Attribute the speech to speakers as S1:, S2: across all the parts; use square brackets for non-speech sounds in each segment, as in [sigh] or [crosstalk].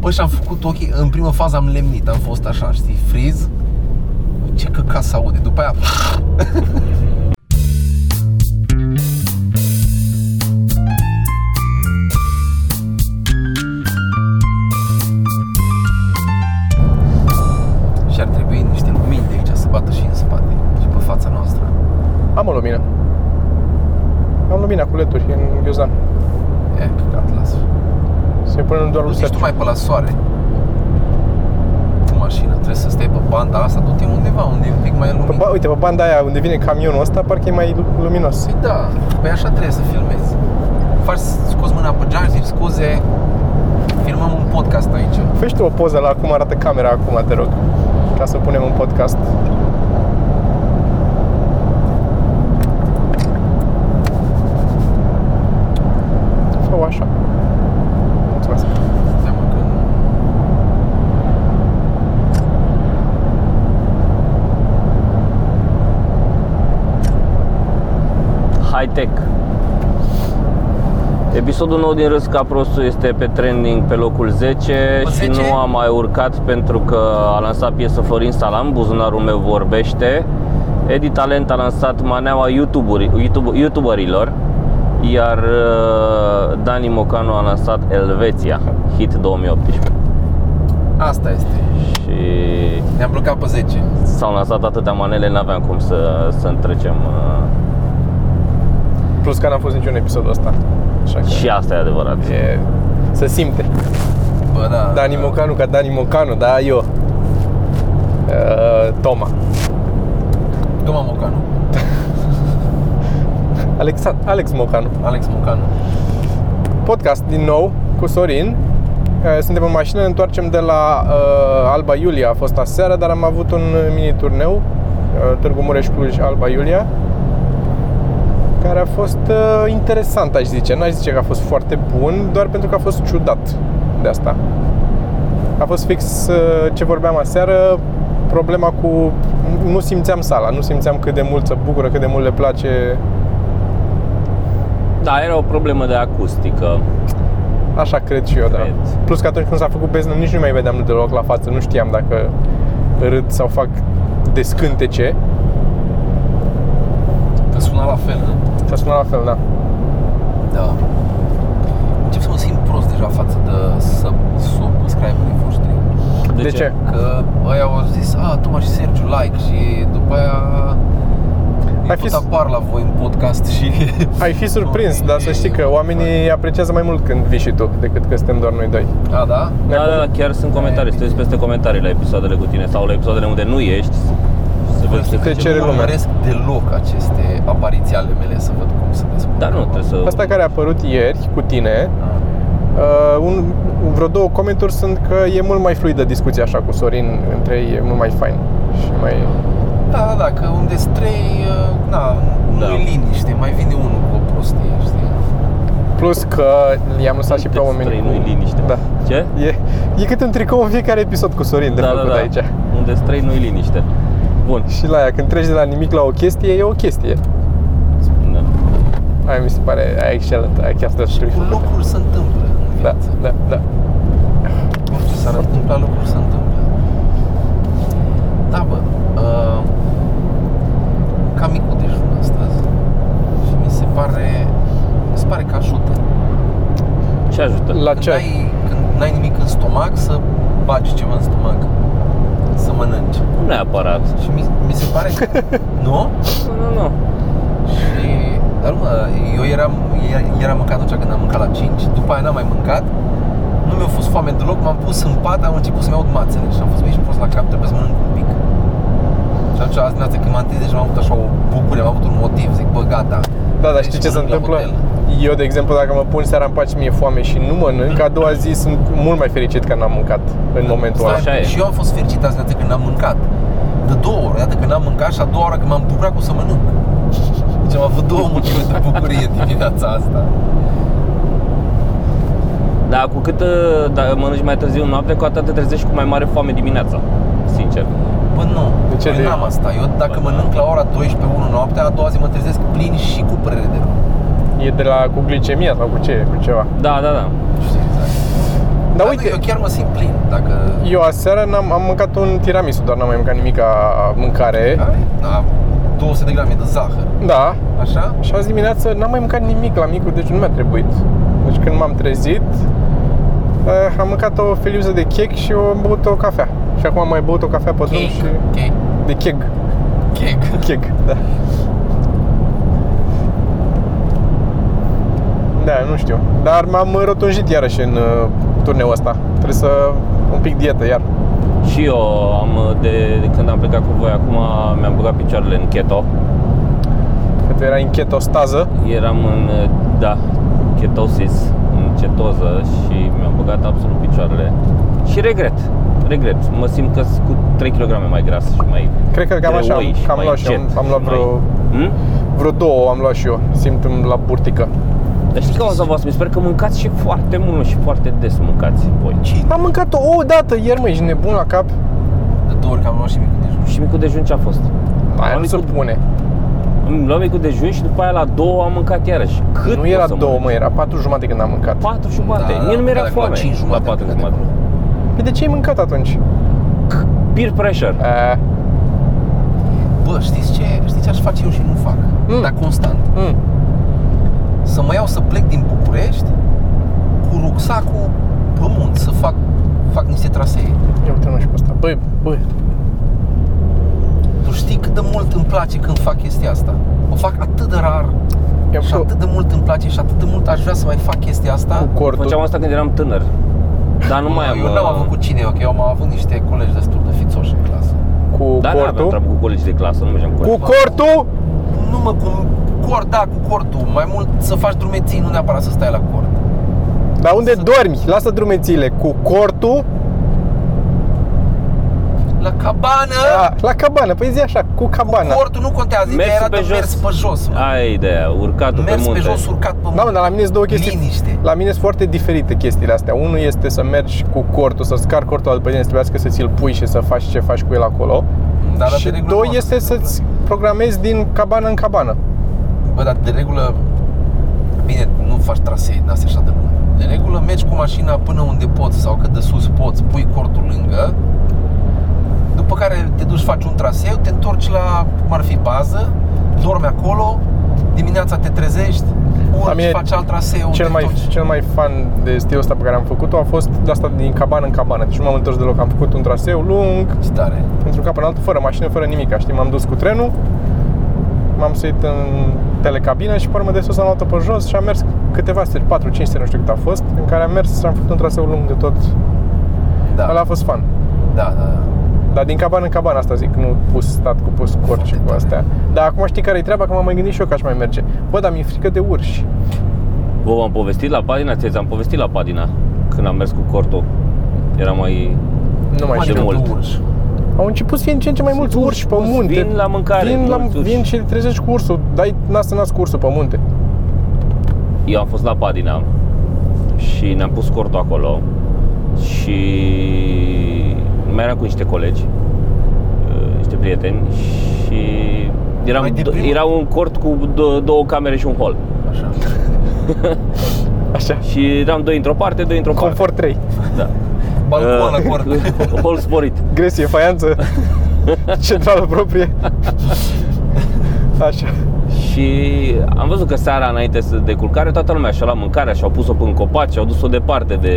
S1: Bă, și am făcut ok, în prima fază am lemnit, am fost așa, știi, friz. Ce căcat se aude, după aia... [laughs] și ar trebui niște lumini de aici să bată și în spate și pe fața noastră.
S2: Am o lumină. Am lumina cu LED-uri în ghiozdan.
S1: E, căcat, lasă.
S2: Se pune doar
S1: Nu
S2: lui
S1: știi tu
S2: Sergiu.
S1: mai pe la soare Cu mașina, trebuie să stai pe banda asta Du-te undeva, unde e un pic mai
S2: Pe,
S1: lumină
S2: ba, uite, pe banda aia unde vine camionul ăsta, parcă e mai lu- luminos.
S1: Păi da, păi așa trebuie să filmezi Faci, scoți mâna pe geam, zici scuze Filmăm un podcast aici
S2: Fă și tu o poză la cum arată camera acum, te rog. Ca să punem un podcast. Fă așa. Mulțumesc.
S1: Da, mă, că nu-
S3: High-tech. Episodul nou din Râs ca prostul este pe trending pe locul 10,
S1: Pe
S3: și
S1: 10?
S3: nu am mai urcat pentru că a lansat piesă Florin Salam, buzunarul meu vorbește. Edi Talent a lansat maneaua YouTube-uri- YouTube- youtuberilor, iar uh, Dani Mocanu a lansat Elveția, hit 2018.
S1: Asta este
S3: Și
S1: Ne-am blocat pe 10
S3: s-au lansat atâtea manele, n-aveam cum să, să întrecem. uh,
S2: Plus că n-am fost niciun episodul ăsta. Așa că
S3: Și asta e adevărat.
S2: e... Se simte.
S1: Bă, da
S2: Dani Mocanu ca Dani Mocanu, da, eu. Uh, Toma.
S1: Toma Mocanu
S2: Alex, Alex Mocanu.
S1: Alex Mocanu
S2: Podcast din nou cu Sorin. Uh, Suntem în mașină, ne întoarcem de la uh, Alba Iulia, a fost aseară, dar am avut un mini turneu, uh, Târgu Mureș Cluj Alba Iulia, care a fost uh, interesant, aș zice. N-aș zice că a fost foarte bun, doar pentru că a fost ciudat de asta. A fost fix uh, ce vorbeam aseară, problema cu... Nu simțeam sala, nu simțeam cât de mult se bucură, cât de mult le place
S3: Da, era o problemă de acustică.
S2: Așa cred și eu,
S3: Cred.
S2: da. Plus că atunci când s-a făcut beznă, nici nu mai vedeam deloc la față, nu știam dacă râd sau fac descântece.
S1: Te suna la fel, nu?
S2: S-a sunat la fel, da.
S1: Da Încep să mă simt prost deja față de sub, subscriberii voștri
S2: De, ce?
S1: Că ăia au zis, a, Toma și Sergiu, like Și după aia
S2: Ai
S1: Ai
S2: fi
S1: fi...
S2: s-
S1: apar la voi în podcast și... [laughs]
S2: Ai fi surprins,
S1: Oamenii-
S2: dar să știi că oamenii apreciază mai mult când vii și tu decât că suntem doar noi doi.
S1: A, da?
S3: Da, da, da, chiar sunt comentarii. Stai peste comentarii la episoadele cu tine sau la episoadele unde nu ești. Să vezi ce
S1: Să
S2: te
S1: zicem,
S3: zice.
S2: cere
S1: nu
S2: lumea.
S1: urmăresc deloc aceste apariții ale mele să văd cum se descurcă.
S3: Dar nu, trebuie să...
S2: Asta care a apărut ieri cu tine,
S1: Ah.
S2: uh, un, vreo două comenturi sunt că e mult mai fluidă discuția așa cu Sorin între ei, e mult mai fain și mai...
S1: Da, da, da, că unde sunt trei, uh, na, nu
S3: Da.
S1: da. e liniște, mai vine unul cu o prostie, știi?
S2: Plus că i-am lăsat și pe
S3: Sunteți
S2: oameni...
S3: trei,
S2: cu-
S3: nu-i liniște.
S2: Da.
S3: Ce?
S2: E, e cât un tricou în fiecare episod cu Sorin de da, făcut da, da. aici.
S3: Unde trei nu-i liniște. Bun.
S2: Și la aia, când treci de la nimic la o chestie, e o chestie.
S3: Spune.
S2: Aia mi se pare, aia e excelent, aia chiar trebuie să
S1: Cu
S3: Exact.
S2: știu.
S1: lucruri se întâmplă în
S2: Da,
S1: viață.
S2: da, da.
S1: Orice s-ar întâmpla, lucruri se întâmplă. Da, bă, uh, cam mic cu dejun astăzi. Și mi se pare, mi se pare că ajută.
S3: Ce ajută?
S2: La
S1: când
S2: ce? ai-
S1: Ai, când n-ai nimic în stomac, să bagi ceva în stomac. Să mănânci.
S3: Nu neapărat.
S1: Și mi, mi se pare că... [laughs] nu?
S3: Nu, nu, nu.
S1: Și... Dar mă, eu eram, e- eram mâncat atunci când am mâncat la 5, după aia n-am mai mâncat. Nu mi-a fost foame deloc, m-am pus în pat, am început să-mi aud mațele și am fost mai prost la cap, trebuie să mănânc un pic. Și atunci, azi dimineața când m-am trezit, deja m-am avut așa o bucurie, am avut un motiv, zic, bă, gata.
S2: Da, dar
S1: Deci
S2: știi ce se
S1: mănânc la
S2: întâmplă?
S1: hotel.
S2: Eu, de exemplu, dacă mă pun seara în pace, mi-e foame și nu mănânc, a doua zi sunt mult mai fericit că n-am mâncat în momentul
S1: Da, Stai,
S2: ăla.
S3: Așa e.
S1: Și eu am fost fericit azi dimineața când n-am mâncat. De două ori, iată când n-am mâncat și a doua oră când m-am bucurat că o să mănânc. Deci am avut două motive de bucurie dimineața asta.
S3: Dar cu cât uh, da, mănânci mai târziu noapte, cu atât te trezești cu mai mare foame dimineața. Sincer.
S1: Bă, nu.
S2: De ce
S1: eu
S2: de-
S1: n-am asta. Eu dacă
S3: Bă, da.
S1: mănânc la ora 12 1 noaptea, a doua zi mă trezesc plin și cu părere de rău.
S2: E de la cu glicemia sau cu ce, cu ceva.
S3: Da, da, da.
S1: Nu știu exact.
S2: Dar
S1: Da,
S2: uite-
S1: uite. eu chiar mă simt plin dacă...
S2: Eu aseară n-am, am mâncat un tiramisu, dar n-am mai mâncat nimic ca mâncare.
S1: Ai, da, 200 de grame de zahăr,
S2: Da.
S1: așa?
S2: Și azi dimineață n-am mai mâncat nimic la micul, deci nu mi-a trebuit. Deci când m-am trezit, eh, am mâncat o feliuță de chec și o- am băut o cafea. Și acum am mai băut o cafea pe drum și...
S1: Cake, cake,
S2: De cheg.
S1: cake.
S2: Cheg, da. Da, nu știu. Dar m-am rotunjit iarăși în uh, turneul ăsta. Trebuie să... un pic dietă iar.
S3: Și eu am, uh, de, de când am plecat cu voi acum, mi-am băgat picioarele în keto.
S2: Că tu erai în ketostază.
S3: Eram în, da, ketosis, în cetoză și mi-am băgat absolut picioarele. Și regret, regret. Mă simt că sunt cu 3 kg mai gras și mai
S2: Cred că cam așa am,
S3: greoi și
S2: cam
S3: mai
S2: luat și eu.
S3: încet
S2: Am, am luat
S3: și
S2: vreo,
S3: Mai... Hmm?
S2: vreo două, am luat și eu. Simt în- la burtică.
S3: Dar știi că o să vă spun, sper că mâncați și foarte mult și foarte des mâncați voi.
S1: Ci,
S2: Am mâncat o, o dată ieri, măi, ești nebun la cap.
S1: de două ori că am luat și micul dejun.
S3: Și micul dejun ce a fost?
S2: Aia nu
S3: micul-
S2: se pune.
S3: Am luat micul dejun și după aia la două am mâncat iarăși. Cât
S2: Nu
S3: poți
S2: era
S3: să
S2: două,
S3: mănânci?
S2: mă, era patru jumate când am mâncat.
S3: Patru și
S1: Da,
S3: jumate. Mie nu mi-era foame.
S1: La 5
S3: la
S1: jumate.
S3: patru
S1: am
S3: jumate.
S1: plecat de acolo.
S2: Păi de ce ai mâncat atunci?
S3: Peer pressure.
S2: A,
S1: Bă, știți ce? Știți ce aș face eu și nu fac?
S2: Mm.
S1: Dar constant.
S2: mm,
S1: Să mă iau să plec din București cu rucsacul pe munți, să fac, fac niște trasee.
S2: ia uite mă și pe asta. Băi, băi,
S1: Tu știi cât de mult îmi place când fac chestia asta? O fac atât de rar
S2: ia
S1: și
S2: cu,
S1: atât de mult îmi place și atât de mult aș vrea să mai fac chestia
S2: cu
S1: asta.
S2: cortul.
S3: Făceam asta când eram tânăr. Dar nu mai am...
S1: Eu n-am
S3: uh,
S1: avut cu cine, ok? Eu am avut niște colegi destul de fițoși în clasă.
S2: Cu
S3: Da, da, aveam
S2: cortul.
S3: treabă cu colegi de clasă, nu mergeam cu
S2: Cu
S3: ei.
S2: cortul?
S1: Nu mă, cu cort, da, cu cortul. Mai mult să faci drumeții, nu neapărat să stai la cort.
S2: Dar unde dormi? Lasă drumețiile. Cu cortul?
S1: La cabană!
S3: Da.
S2: A, la cabană. Păi zi așa, cu cabana.
S1: Cu cortul nu contează, ideea
S3: Mersul
S1: era
S3: pe
S1: de
S3: jos.
S1: mers pe jos. Mă.
S3: Ai ideea, urcatul pe
S1: Mers pe
S3: munte.
S1: jos, urcat pe munte.
S2: Da, mă, dar la mine sunt două chestii.
S1: Liniște.
S2: La mine sunt foarte diferite chestiile astea. Unul este să mergi cu cortul, să scar cortul al pe tine, să trebuiască să ți-l pui și să faci ce faci cu el acolo.
S1: Dar la
S2: și
S1: de regulă
S2: doi
S1: nu
S2: este
S1: asta se
S2: să-ți programezi din cabană în cabană.
S1: întâmplă. Bă, dar de regulă... Bine, nu faci trasee din astea așa de lungi. De regulă mergi cu mașina până unde poți sau cât de sus poți, pui cortul lângă, după care te duci, faci un traseu, te întorci la, cum ar fi, bază, dormi acolo, dimineața te trezești, urci,
S2: mine
S1: faci alt traseu,
S2: Cel
S1: te
S2: mai,
S1: întorci.
S2: cel mai fan de stilul ăsta pe care am făcut-o a fost de asta din cabană în cabană. Deci nu m-am întors deloc. Am făcut un traseu lung,
S1: Ce tare.
S2: pentru că până altul, fără mașină, fără nimic. Știi, m-am dus cu trenul, m-am suit în telecabină și pe urmă de sus am luat pe jos și am mers câteva stări, 4-5 stări, nu știu cât a fost, în care am mers și am făcut un traseu lung de tot.
S1: Da,
S2: Ăla a fost fan.
S1: da, da. da.
S2: Dar din cabană în cabană asta zic, nu pus stat cu pus cu orice cu astea. Dar acum știi care e treaba, că m-am mai gândit și eu că aș mai merge. Bă, dar mi-e frică de urși.
S3: Vă am povestit la Padina? Ți am povestit la Padina când am mers cu cortul. Era mai...
S2: Nu mai
S1: Mai
S2: știu.
S3: de mult.
S1: Urci.
S2: Au început să fie în ce în ce mai mulți
S3: Urși,
S2: urși pe
S3: mulți
S2: munte.
S3: vin la mâncare,
S2: Vin, la,
S3: mulți urși.
S2: vin și te trezești cu ursul. Dai nas în nas cu ursul pe munte.
S3: Eu am fost la Padina și ne-am pus cortul acolo și mai eram cu niște colegi, uh, niște prieteni și eram,
S1: Mai din
S3: do-
S1: primul?
S3: era un cort cu dou- două camere și un hol.
S1: Așa.
S2: Așa.
S3: Și eram doi într-o parte, doi într-o parte.
S2: Confort 3.
S3: Da.
S1: Balcon la [laughs]
S3: Uh,
S1: cort.
S3: [laughs] Hol sporit.
S2: Gresie, faianță, centrală proprie. Așa.
S3: Și am văzut că seara înainte să- de culcare toată lumea și-a luat mâncarea și-au pus-o în copaci și-au dus-o departe de...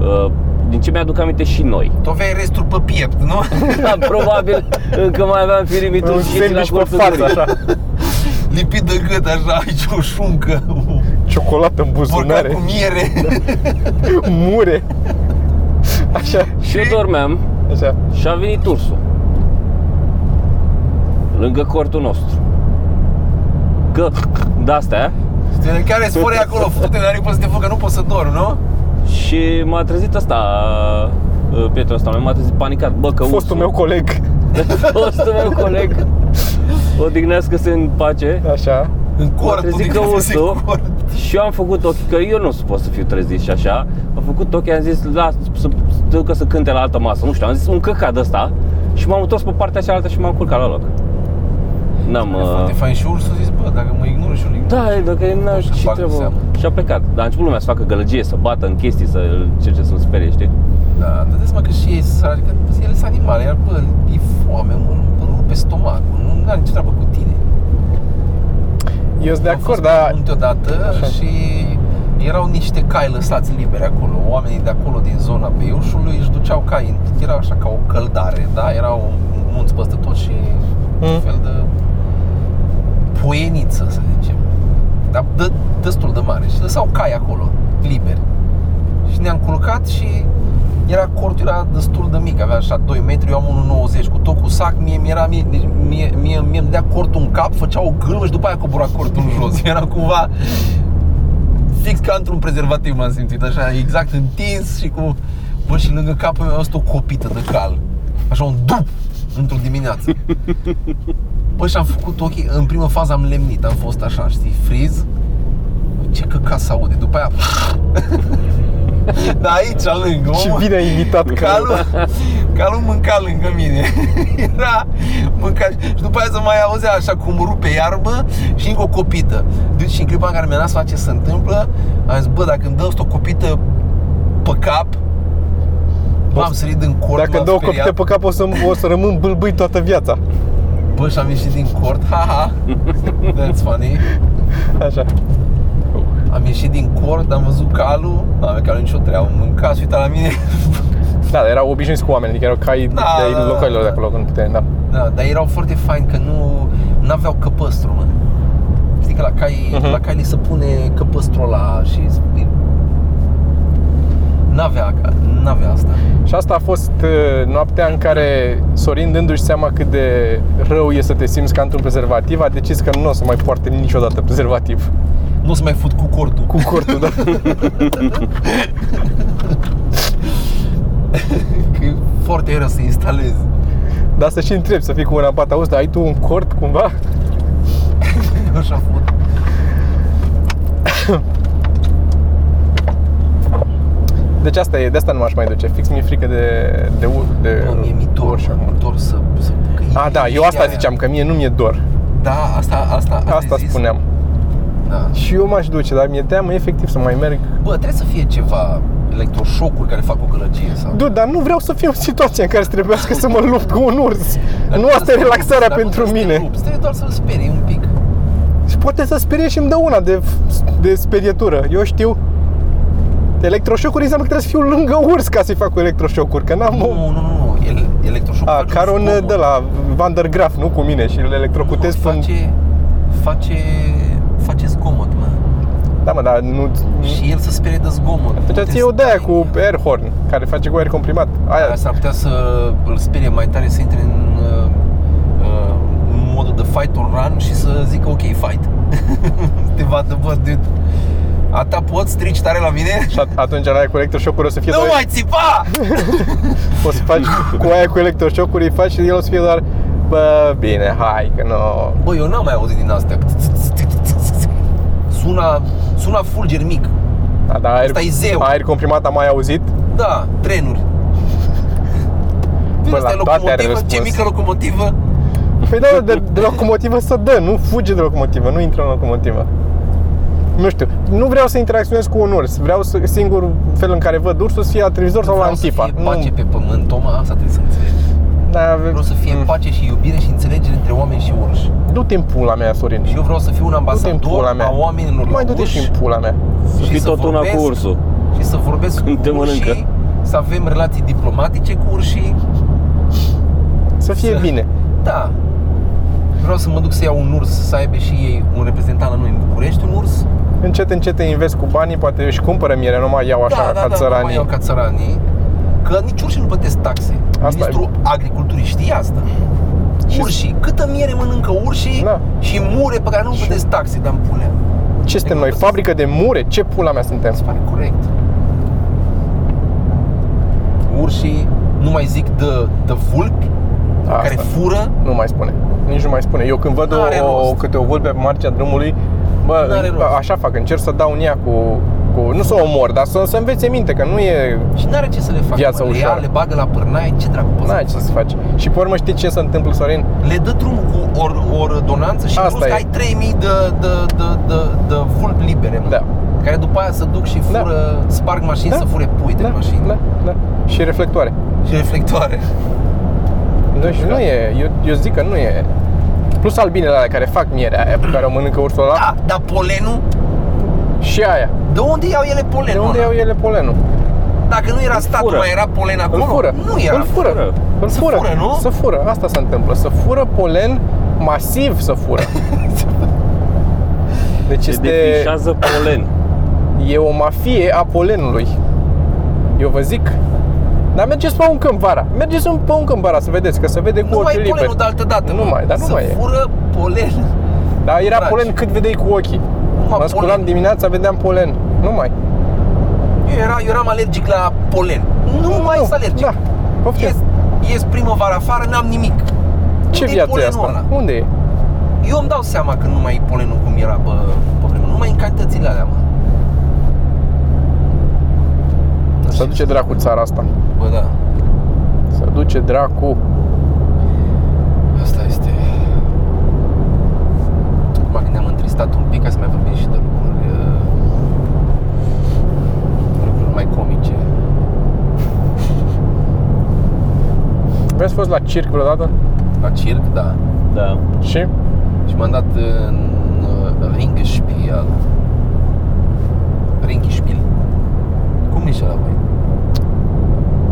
S3: Uh, din ce mi-aduc aminte și
S2: [laughs]
S3: noi.
S1: Tu aveai resturi pe piept, nu?
S3: Da, probabil încă mai aveam firimitul
S2: Un
S3: și chestii la
S2: sandwich pe
S3: colțul
S2: față,
S3: gurii.
S2: așa.
S1: Lipit de gât, așa, aici o șuncă, o
S2: Ciocolată în
S1: borcan cu
S2: buzunare,
S1: miere.
S2: mure. Așa,
S3: Și eu dormeam
S2: așa.
S3: și a venit ursul Lângă cortul nostru Că, de-astea
S1: Știi, Care spune acolo, fute de aripă să te fugă, nu poți să dormi, nu?
S3: Și m-a trezit asta uh, Prietenul ăsta meu m-a trezit panicat Bă, că
S2: Fostul
S3: ursul,
S2: meu coleg.
S3: [laughs] fostul meu coleg Odihnească-se în pace
S2: Așa.
S1: În
S3: M-a
S1: cort, tu
S3: trezit că
S1: din
S3: ursul
S1: cort.
S3: Și eu am făcut ochi, că eu nu pot să fiu trezit și așa Am făcut ochi, am zis, las, să să ducă să cânte la altă masă Nu știu, am zis un căcat de ăsta Și m-am întors pe partea cealaltă și m-am culcat la loc n-am...
S1: E
S3: uh,
S1: foarte fain și ursul zis, bă, dacă mă ignori și eu îl ignor.
S3: Da, e, dacă n
S1: Așa,
S3: și
S1: bag în
S3: treabă.
S1: seamă.
S3: Și a plecat. Dar a început lumea să facă gălăgie, să bată în chestii, să ce ce să-l sperie, știi?
S1: Da, dar dați că și ei sunt săraci, că ele sunt animale, iar bă, e foame, mă, mă rupe stomacul, nu are nicio treabă cu tine.
S2: Eu sunt de
S1: Am
S2: acord,
S1: fost
S2: dar
S1: în odată
S2: Așa.
S1: și erau niște cai lăsați liberi acolo. Oamenii de acolo din zona Beiușului își duceau cai. în- Era așa ca o căldare, da? Erau munți peste tot și un
S2: Mm.
S1: fel de puieniță, să zicem. Dar dă, destul de mare. Și lăsau cai acolo, liberi. Și ne-am culcat și era cortul era destul de mic, avea așa 2 metri, eu am 1,90 cu tot cu sac, mie mi era mie, deci mie, mie, mie îmi dea cortul în cap, făcea o gâlmă și după aia cobora cortul în jos. Era cumva fix ca într-un prezervativ m-am simțit, așa exact întins și cu bă și lângă capul meu a fost o copită de cal. Așa un dup într-o dimineață. Bă, și am făcut ochii, în prima fază am lemnit, am fost așa, știi, friz, ce căcat se aude, după aia... [laughs] da, aici, lângă,
S2: și
S1: omul-
S2: bine ai imitat calul.
S1: Calul, calul mânca lângă mine [laughs] Era mânca Și după aia se mai auzea așa cum rupe iarbă Și încă o copită Deci și în clipa în care mi-a dat să fac ce se întâmplă Am zis, bă, dacă îmi dă o copită pe cap Bă, am sărit din cort
S2: Dacă
S1: m-am
S2: dau
S1: speriat.
S2: copite pe cap o să, o să rămân bâlbâi toată viața.
S1: Bă, și am ieșit din cort Haha, that's funny
S2: Așa.
S1: Am ieșit din cort, am văzut calul Nu avea calul nicio treabă, mânca și uita la mine
S2: Da, dar erau obișnuiți cu oameni, adică erau cai
S1: Da,
S2: de
S1: da, da,
S2: localilor
S1: da.
S2: de acolo când puteai, da.
S1: Da, dar erau foarte faini că nu aveau căpăstru, mă. Știi că la cai,
S2: Mhm.
S1: uh-huh. la cai li se pune căpăstrul ăla și n-avea, n-avea asta.
S2: Și asta a fost uh, noaptea în care Sorin, dându-și seama cât de rău e să te simți ca într-un prezervativ, a decis că nu o să mai poarte niciodată prezervativ
S1: Nu se mai fut cu cortul.
S2: cu cortul,
S1: [laughs]
S2: da?
S1: Că e foarte rău să instalezi.
S2: Dar să și întrebi, să fii cu mâna în pat, auzi, dar ai tu un cort cumva?
S1: Așa a fost.
S2: Deci asta e, de asta nu m-aș mai duce, fix mi-e frică de, de, u- de
S1: Bă, mie mi dor,
S2: urși.
S1: mi dor să, să că e-
S2: A, da, eu
S1: e
S2: asta
S1: aia.
S2: ziceam, că mie nu mi-e dor.
S1: Da, asta, asta, asta,
S2: Asta
S1: ai zis?
S2: spuneam.
S1: Da.
S2: Și eu m-aș duce, dar mi-e teamă efectiv să mai merg.
S1: Bă, trebuie să fie ceva electroșocuri care fac o gălăgie sau...
S2: Du, dar nu vreau să fiu în situația în care să trebuiască să mă lupt cu un urs.
S1: Dar
S2: nu
S1: trebuie
S2: asta
S1: să
S2: e
S1: te
S2: relaxarea
S1: lupți, dar nu
S2: pentru
S1: trebuie să te
S2: mine.
S1: lupți, Trebuie doar să-l sperii un pic.
S2: Și poate să sperie și îmi dă una de, de sperietură. Eu știu. Electroșocuri înseamnă că trebuie să fiu lângă urs ca să-i fac cu electroșocuri, că n-am
S1: Nu,
S2: o...
S1: nu, nu, nu. El, electroșoc
S2: A,
S1: face
S2: Caron
S1: zgomot.
S2: de la Van der Graaf, nu cu mine și îl electrocutez
S1: Nu,
S2: până...
S1: face, face, face zgomot, mă.
S2: Da, mă, dar nu...
S1: Și el se sperie de zgomot. Nu
S2: Deci
S1: te
S2: ți eu de aia
S1: sperie.
S2: cu air horn, care face cu aer comprimat. Aia,
S1: Aia S-ar putea să îl sperie mai tare să intre în, uh, uh, în modul de fight or run și să zică ok, fight. [laughs] Te vadă, bă, dude. A ta poți strici tare la
S2: [laughs]
S1: mine?
S2: și at- atunci la aia cu electroșocuri o să fie
S1: Nu
S2: doar-
S1: mai țipa!
S2: O să faci cu aia cu electroșocuri, îi faci și el o să fie doar Bă, bine, hai, că nu...
S1: Bă, eu n-am mai auzit din astea. [laughs] Suna, suna fulger mic.
S2: Da, da, aer,
S1: Ăsta e zeu.
S2: aer comprimat am mai auzit?
S1: Da, trenuri. Bine,
S2: Bă,
S1: asta e
S2: la toate are
S1: locomotivă, ce
S2: răspuns.
S1: mică locomotivă.
S2: Păi da, de, de locomotivă să dă, nu fuge de locomotivă, nu intră în locomotivă. Nu știu, nu vreau să interacționez cu un urs, vreau să, singur fel în care văd ursul să fie la televizor sau la
S1: Vreau să
S2: antifa. Mm.
S1: fie pace pe pământ, Toma, asta trebuie să înțelegi.
S2: da,
S1: Vreau să fie
S2: mm.
S1: pace și iubire și înțelegere între oameni și urși.
S2: Du-te în pula mea, Sorin.
S1: Și eu vreau să fiu un
S2: Du-te în
S1: ambasador
S2: pula mea.
S1: a oamenilor
S2: Mai
S1: la
S2: du-te și
S1: urși
S2: în pula mea.
S3: Să
S1: Și
S3: fii
S1: să
S3: tot una cu
S1: vorbesc.
S3: ursul.
S1: și să vorbesc
S3: Când
S1: cu
S3: te
S1: urșii,
S3: mănâncă.
S1: să avem relații diplomatice cu urșii.
S2: Să fie
S1: Să-
S2: bine.
S1: Da. Vreau să mă duc să iau un urs, să aibă și ei un reprezentant la noi în București, un urs.
S2: Încet, încet te investi cu banii, poate își cumpără miere, nu mai iau așa
S1: da, da,
S2: ca
S1: da, nu mai
S2: țăranii.
S1: iau ca țăranii. Că nici urșii nu plătesc taxe.
S2: Asta e.
S1: Ministrul Agriculturii știe asta.
S2: Și-
S1: Urșii, câtă miere mănâncă urșii
S2: Da.
S1: și mure pe care nu
S2: Și-
S1: plătesc taxe, dar în pulea.
S2: Ce suntem noi? Fabrică de mure? Ce pula mea suntem?
S1: Se pare corect. Urșii, nu mai zic de, de vulpi,
S2: Da,
S1: care
S2: asta.
S1: fură,
S2: Nu mai spune. Nici nu mai spune. Eu când văd
S1: N-are
S2: o,
S1: rost.
S2: câte o vulpe pe marginea drumului, bă,
S1: N-are rost.
S2: așa fac, încerc să dau în ea cu cu, nu să o omor, dar să, să învețe minte că nu e
S1: Și n-are ce să le facă.
S2: Viața
S1: mă. le ia,
S2: ușoară.
S1: le bagă la pârnaie, ce dracu poți
S2: N-ai
S1: să
S2: ce să faci. Și pe urmă știi ce se întâmplă, Sorin?
S1: Le dă drumul cu or, o ordonanță și
S2: Asta
S1: plus că
S2: e.
S1: ai 3000 de, de, de, de, de vulpi libere, mă.
S2: Da.
S1: Care după aia se duc și
S2: Da.
S1: fură, sparg mașini,
S2: Da.
S1: să fure pui de
S2: da,
S1: mașini.
S2: da, da. Și reflectoare.
S1: Și reflectoare.
S2: Deci nu e, eu, eu zic că nu e. Plus albinele alea care fac mierea aia pe care o mănâncă ursul ăla
S1: Da, dar polenul?
S2: și aia.
S1: De unde iau ele polenul?
S2: De unde
S1: ăla?
S2: iau ele polenul?
S1: Dacă nu era
S3: Îl
S1: statul,
S3: fură.
S1: mai era polen acolo?
S2: Îl fură.
S1: Nu era.
S2: Îl fură.
S3: fură.
S2: Îl
S1: Să
S2: fură.
S1: fură, nu?
S2: Să fură. Asta se întâmplă. Să fură polen masiv să
S1: [laughs]
S2: fură. Deci
S3: Se
S2: este
S3: defișează polen.
S2: e o mafie a polenului. Eu vă zic. Dar mergeți pe un câmp vara. Mergeți un- pe un câmp vara să vedeți, că se vede cu
S1: Nu mai
S2: ochii
S1: e
S2: liber.
S1: polenul de altă dată.
S2: Nu
S1: mă.
S2: mai, dar nu
S1: Să
S2: mai e.
S1: fură polen.
S2: Dar era
S1: Dragi.
S2: polen cât vedeai cu ochii.
S1: Numai
S2: Mă sculam
S1: polen.
S2: dimineața, vedeam polen. Nu mai.
S1: Eu era, eu eram alergic la polen. Nu mai sunt alergic.
S2: Da. Poftim.
S1: Ies, ies primăvara afară, n-am nimic.
S2: Ce
S1: Unde-i
S2: viață e
S1: polenul
S2: asta?
S1: ăla?
S2: Unde e?
S1: Eu îmi dau seama că nu mai e polenul cum era pe, pe vremea. Nu mai e în cantitățile alea, mă. Nu
S2: Să
S1: știu.
S2: duce dracu țara asta.
S1: Bă, da.
S2: Să duce dracu.
S1: Asta este... Acum când ne-am întristat un pic, ca să mai vorbim și de lucruri... uh, lucruri mai comice.
S2: Vrei să fost la circ vreodată?
S1: La circ, da.
S3: Da.
S2: Și?
S1: Și m-am dat în uh, Ringespiel. Ringespiel. Cum nici la voi?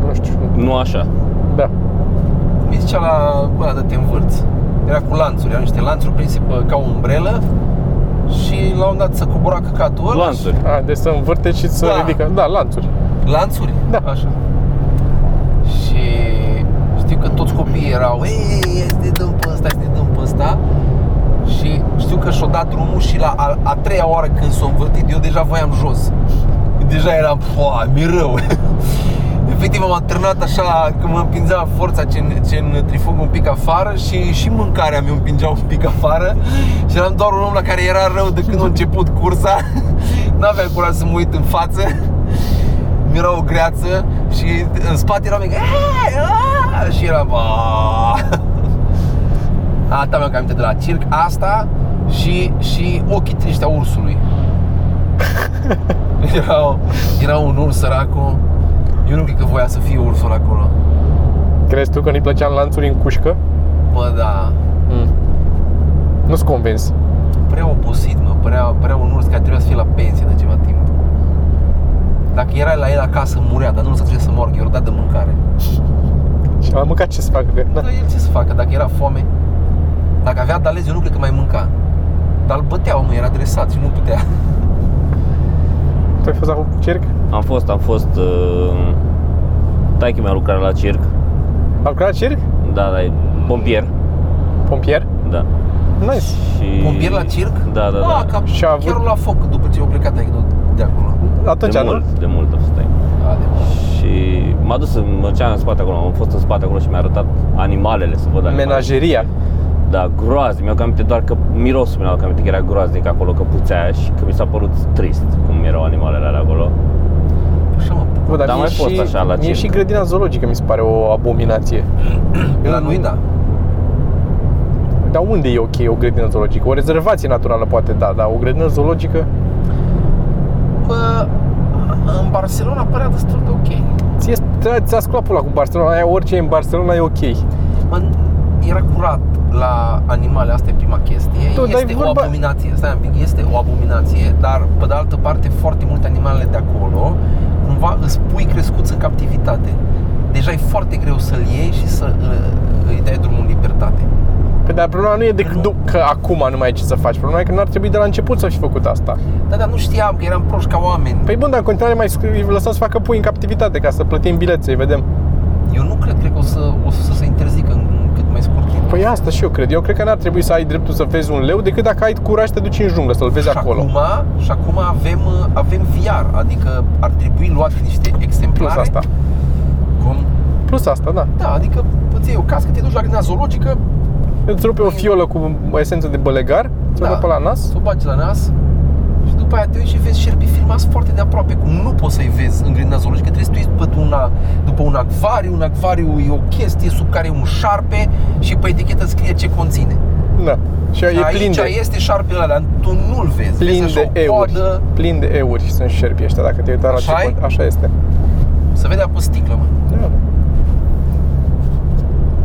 S2: Nu știu.
S3: Nu așa.
S2: Da.
S1: Cum îi zicea la ăla de te învârți? Era cu lanțuri, erau niște lanțuri prinse pe, ca o umbrelă și la un moment dat să cobora căcatul ăla
S3: Lanțuri.
S2: A, deci să învârte și să
S1: Da.
S2: ridică. Da, lanțuri.
S1: Și, lanțuri?
S2: Da.
S1: Așa. Și știu că toți copiii erau Ei, este dăm pe ăsta, este dăm pe ăsta Și știu că și-o dat drumul și la a, a treia oară când s-o învârtit Eu deja voiam jos Deja eram, foa, mi rău [laughs] Efectiv am atârnat așa Că mă împingea forța ce în, ce în trifug un pic afară Și și mâncarea mi-o împingea un pic afară Și eram doar un om la care era rău de când a început cursa [laughs] N-aveam curaj să mă uit în față mi-era o greață și în spate era mic Și era bă. [laughs] Asta mi-am aminte de la circ, asta și, și ochii triști a ursului [laughs] era, era un urs săracul Eu nu cred că voia să fie ursul acolo
S2: Crezi tu că nu-i plăceam lanțuri în cușcă?
S1: Bă, da,
S2: Mm. Nu-s convins.
S1: prea obosit, mă, părea, părea un urs care trebuia să fie la pensie de ceva timp Dacă era la el acasă, murea, dar nu lăsa să moară, că i-a dat de mâncare
S2: Și am mâncat ce să facă. Că... Da.
S1: Dar Adică el ce să facă dacă era foame? Dacă avea de ales, eu nu cred că mai mânca. Dar îl bătea omul, era dresat și nu putea.
S2: Tu ai fost acum circ?
S3: Am fost, am fost... Uh... Taichi mi-a lucrat la circ.
S2: Am lucrat la circ?
S3: Da, da, e pompier.
S2: Pompier?
S3: Da.
S2: Nice.
S3: Și...
S1: Pompier la circ?
S3: Da, da,
S1: A,
S3: da.
S1: ca
S2: Și a avut-
S1: chiar la foc după ce o plecat de, de acolo.
S2: Atunci,
S3: de
S2: nu?
S3: mult, de mult a fost aici.
S1: A, de
S3: Și m-a dus în, mergeam în spate acolo, am fost în spate acolo și mi-a arătat animalele să văd animalele.
S2: Menageria.
S3: Da, groaznic, mi-au aminte doar că mirosul mi-au aminte că era groaznic acolo, că puțea și că mi s-a părut trist cum erau animalele alea acolo.
S1: Așa mă,
S2: Bă,
S3: Dar
S2: mie
S3: mai fost
S2: și,
S3: așa la
S2: mie
S3: circ.
S2: și grădina zoologică mi se pare o abominație.
S1: eu la noi da.
S2: Dar unde e ok o grădină zoologică? O rezervație naturală poate da, dar o grădină zoologică
S1: Bă, în Barcelona părea destul de ok.
S2: ți ți-a sclapula cu Barcelona, aia orice e în Barcelona e ok.
S1: Mă, era curat la animale, asta e prima chestie.
S2: Tu, dar
S1: este
S2: e
S1: o
S2: vorba-
S1: abominație, stai un pic, este o abominație, dar pe de altă parte foarte multe animale de acolo cumva îți pui crescuți în captivitate. Deja e foarte greu să-l iei și să uh, îi dai drumul în libertate.
S2: Păi, dar problema nu e decât du- că acum nu mai ai ce să faci, problema e că nu ar trebui de la început să fi făcut asta.
S1: Da, dar nu știam că eram proști ca oameni.
S2: Păi bun, dar în continuare mai sc- îi lăsăm să facă pui în captivitate ca să plătim bilet, să-i vedem. Păi-
S1: Eu nu cred, cred că o să, o să se interzică în cât mai scurt timp.
S2: Păi asta și eu cred. Eu cred că n-ar trebui să ai dreptul să vezi un leu decât dacă ai curaj să te duci în junglă, să-l vezi
S1: și
S2: acolo.
S1: Acum, și acum avem, uh, avem VR, adică ar trebui luate niște exemplare.
S2: Plus asta.
S1: Cum?
S2: Plus asta, da.
S1: Da, adică îți iei o cască, te duci la grădina zoologică,
S2: Îți rupe o fiolă cu esență de bălegar, ți-o
S1: Da.
S2: dă pe la nas.
S1: să o bagi la nas și după după aia te uiți și vezi șerpii filmați foarte de aproape, cum nu poți să-i vezi în grădina zoologică, trebuie să te uiți după un, după un acvariu, un acvariu e o chestie sub care e un șarpe și pe etichetă scrie ce conține.
S2: Da. Și e
S1: Aici
S2: plin de,
S1: este șarpele alea, tu nu-l vezi,
S2: plin
S1: vezi
S2: de
S1: așa o
S2: euri.
S1: coadă,
S2: Plin de euri sunt șerpii ăștia, dacă te uiți la
S1: Așa e?
S2: început. Așa este.
S1: se vede apă sticlă, mă.
S2: Da.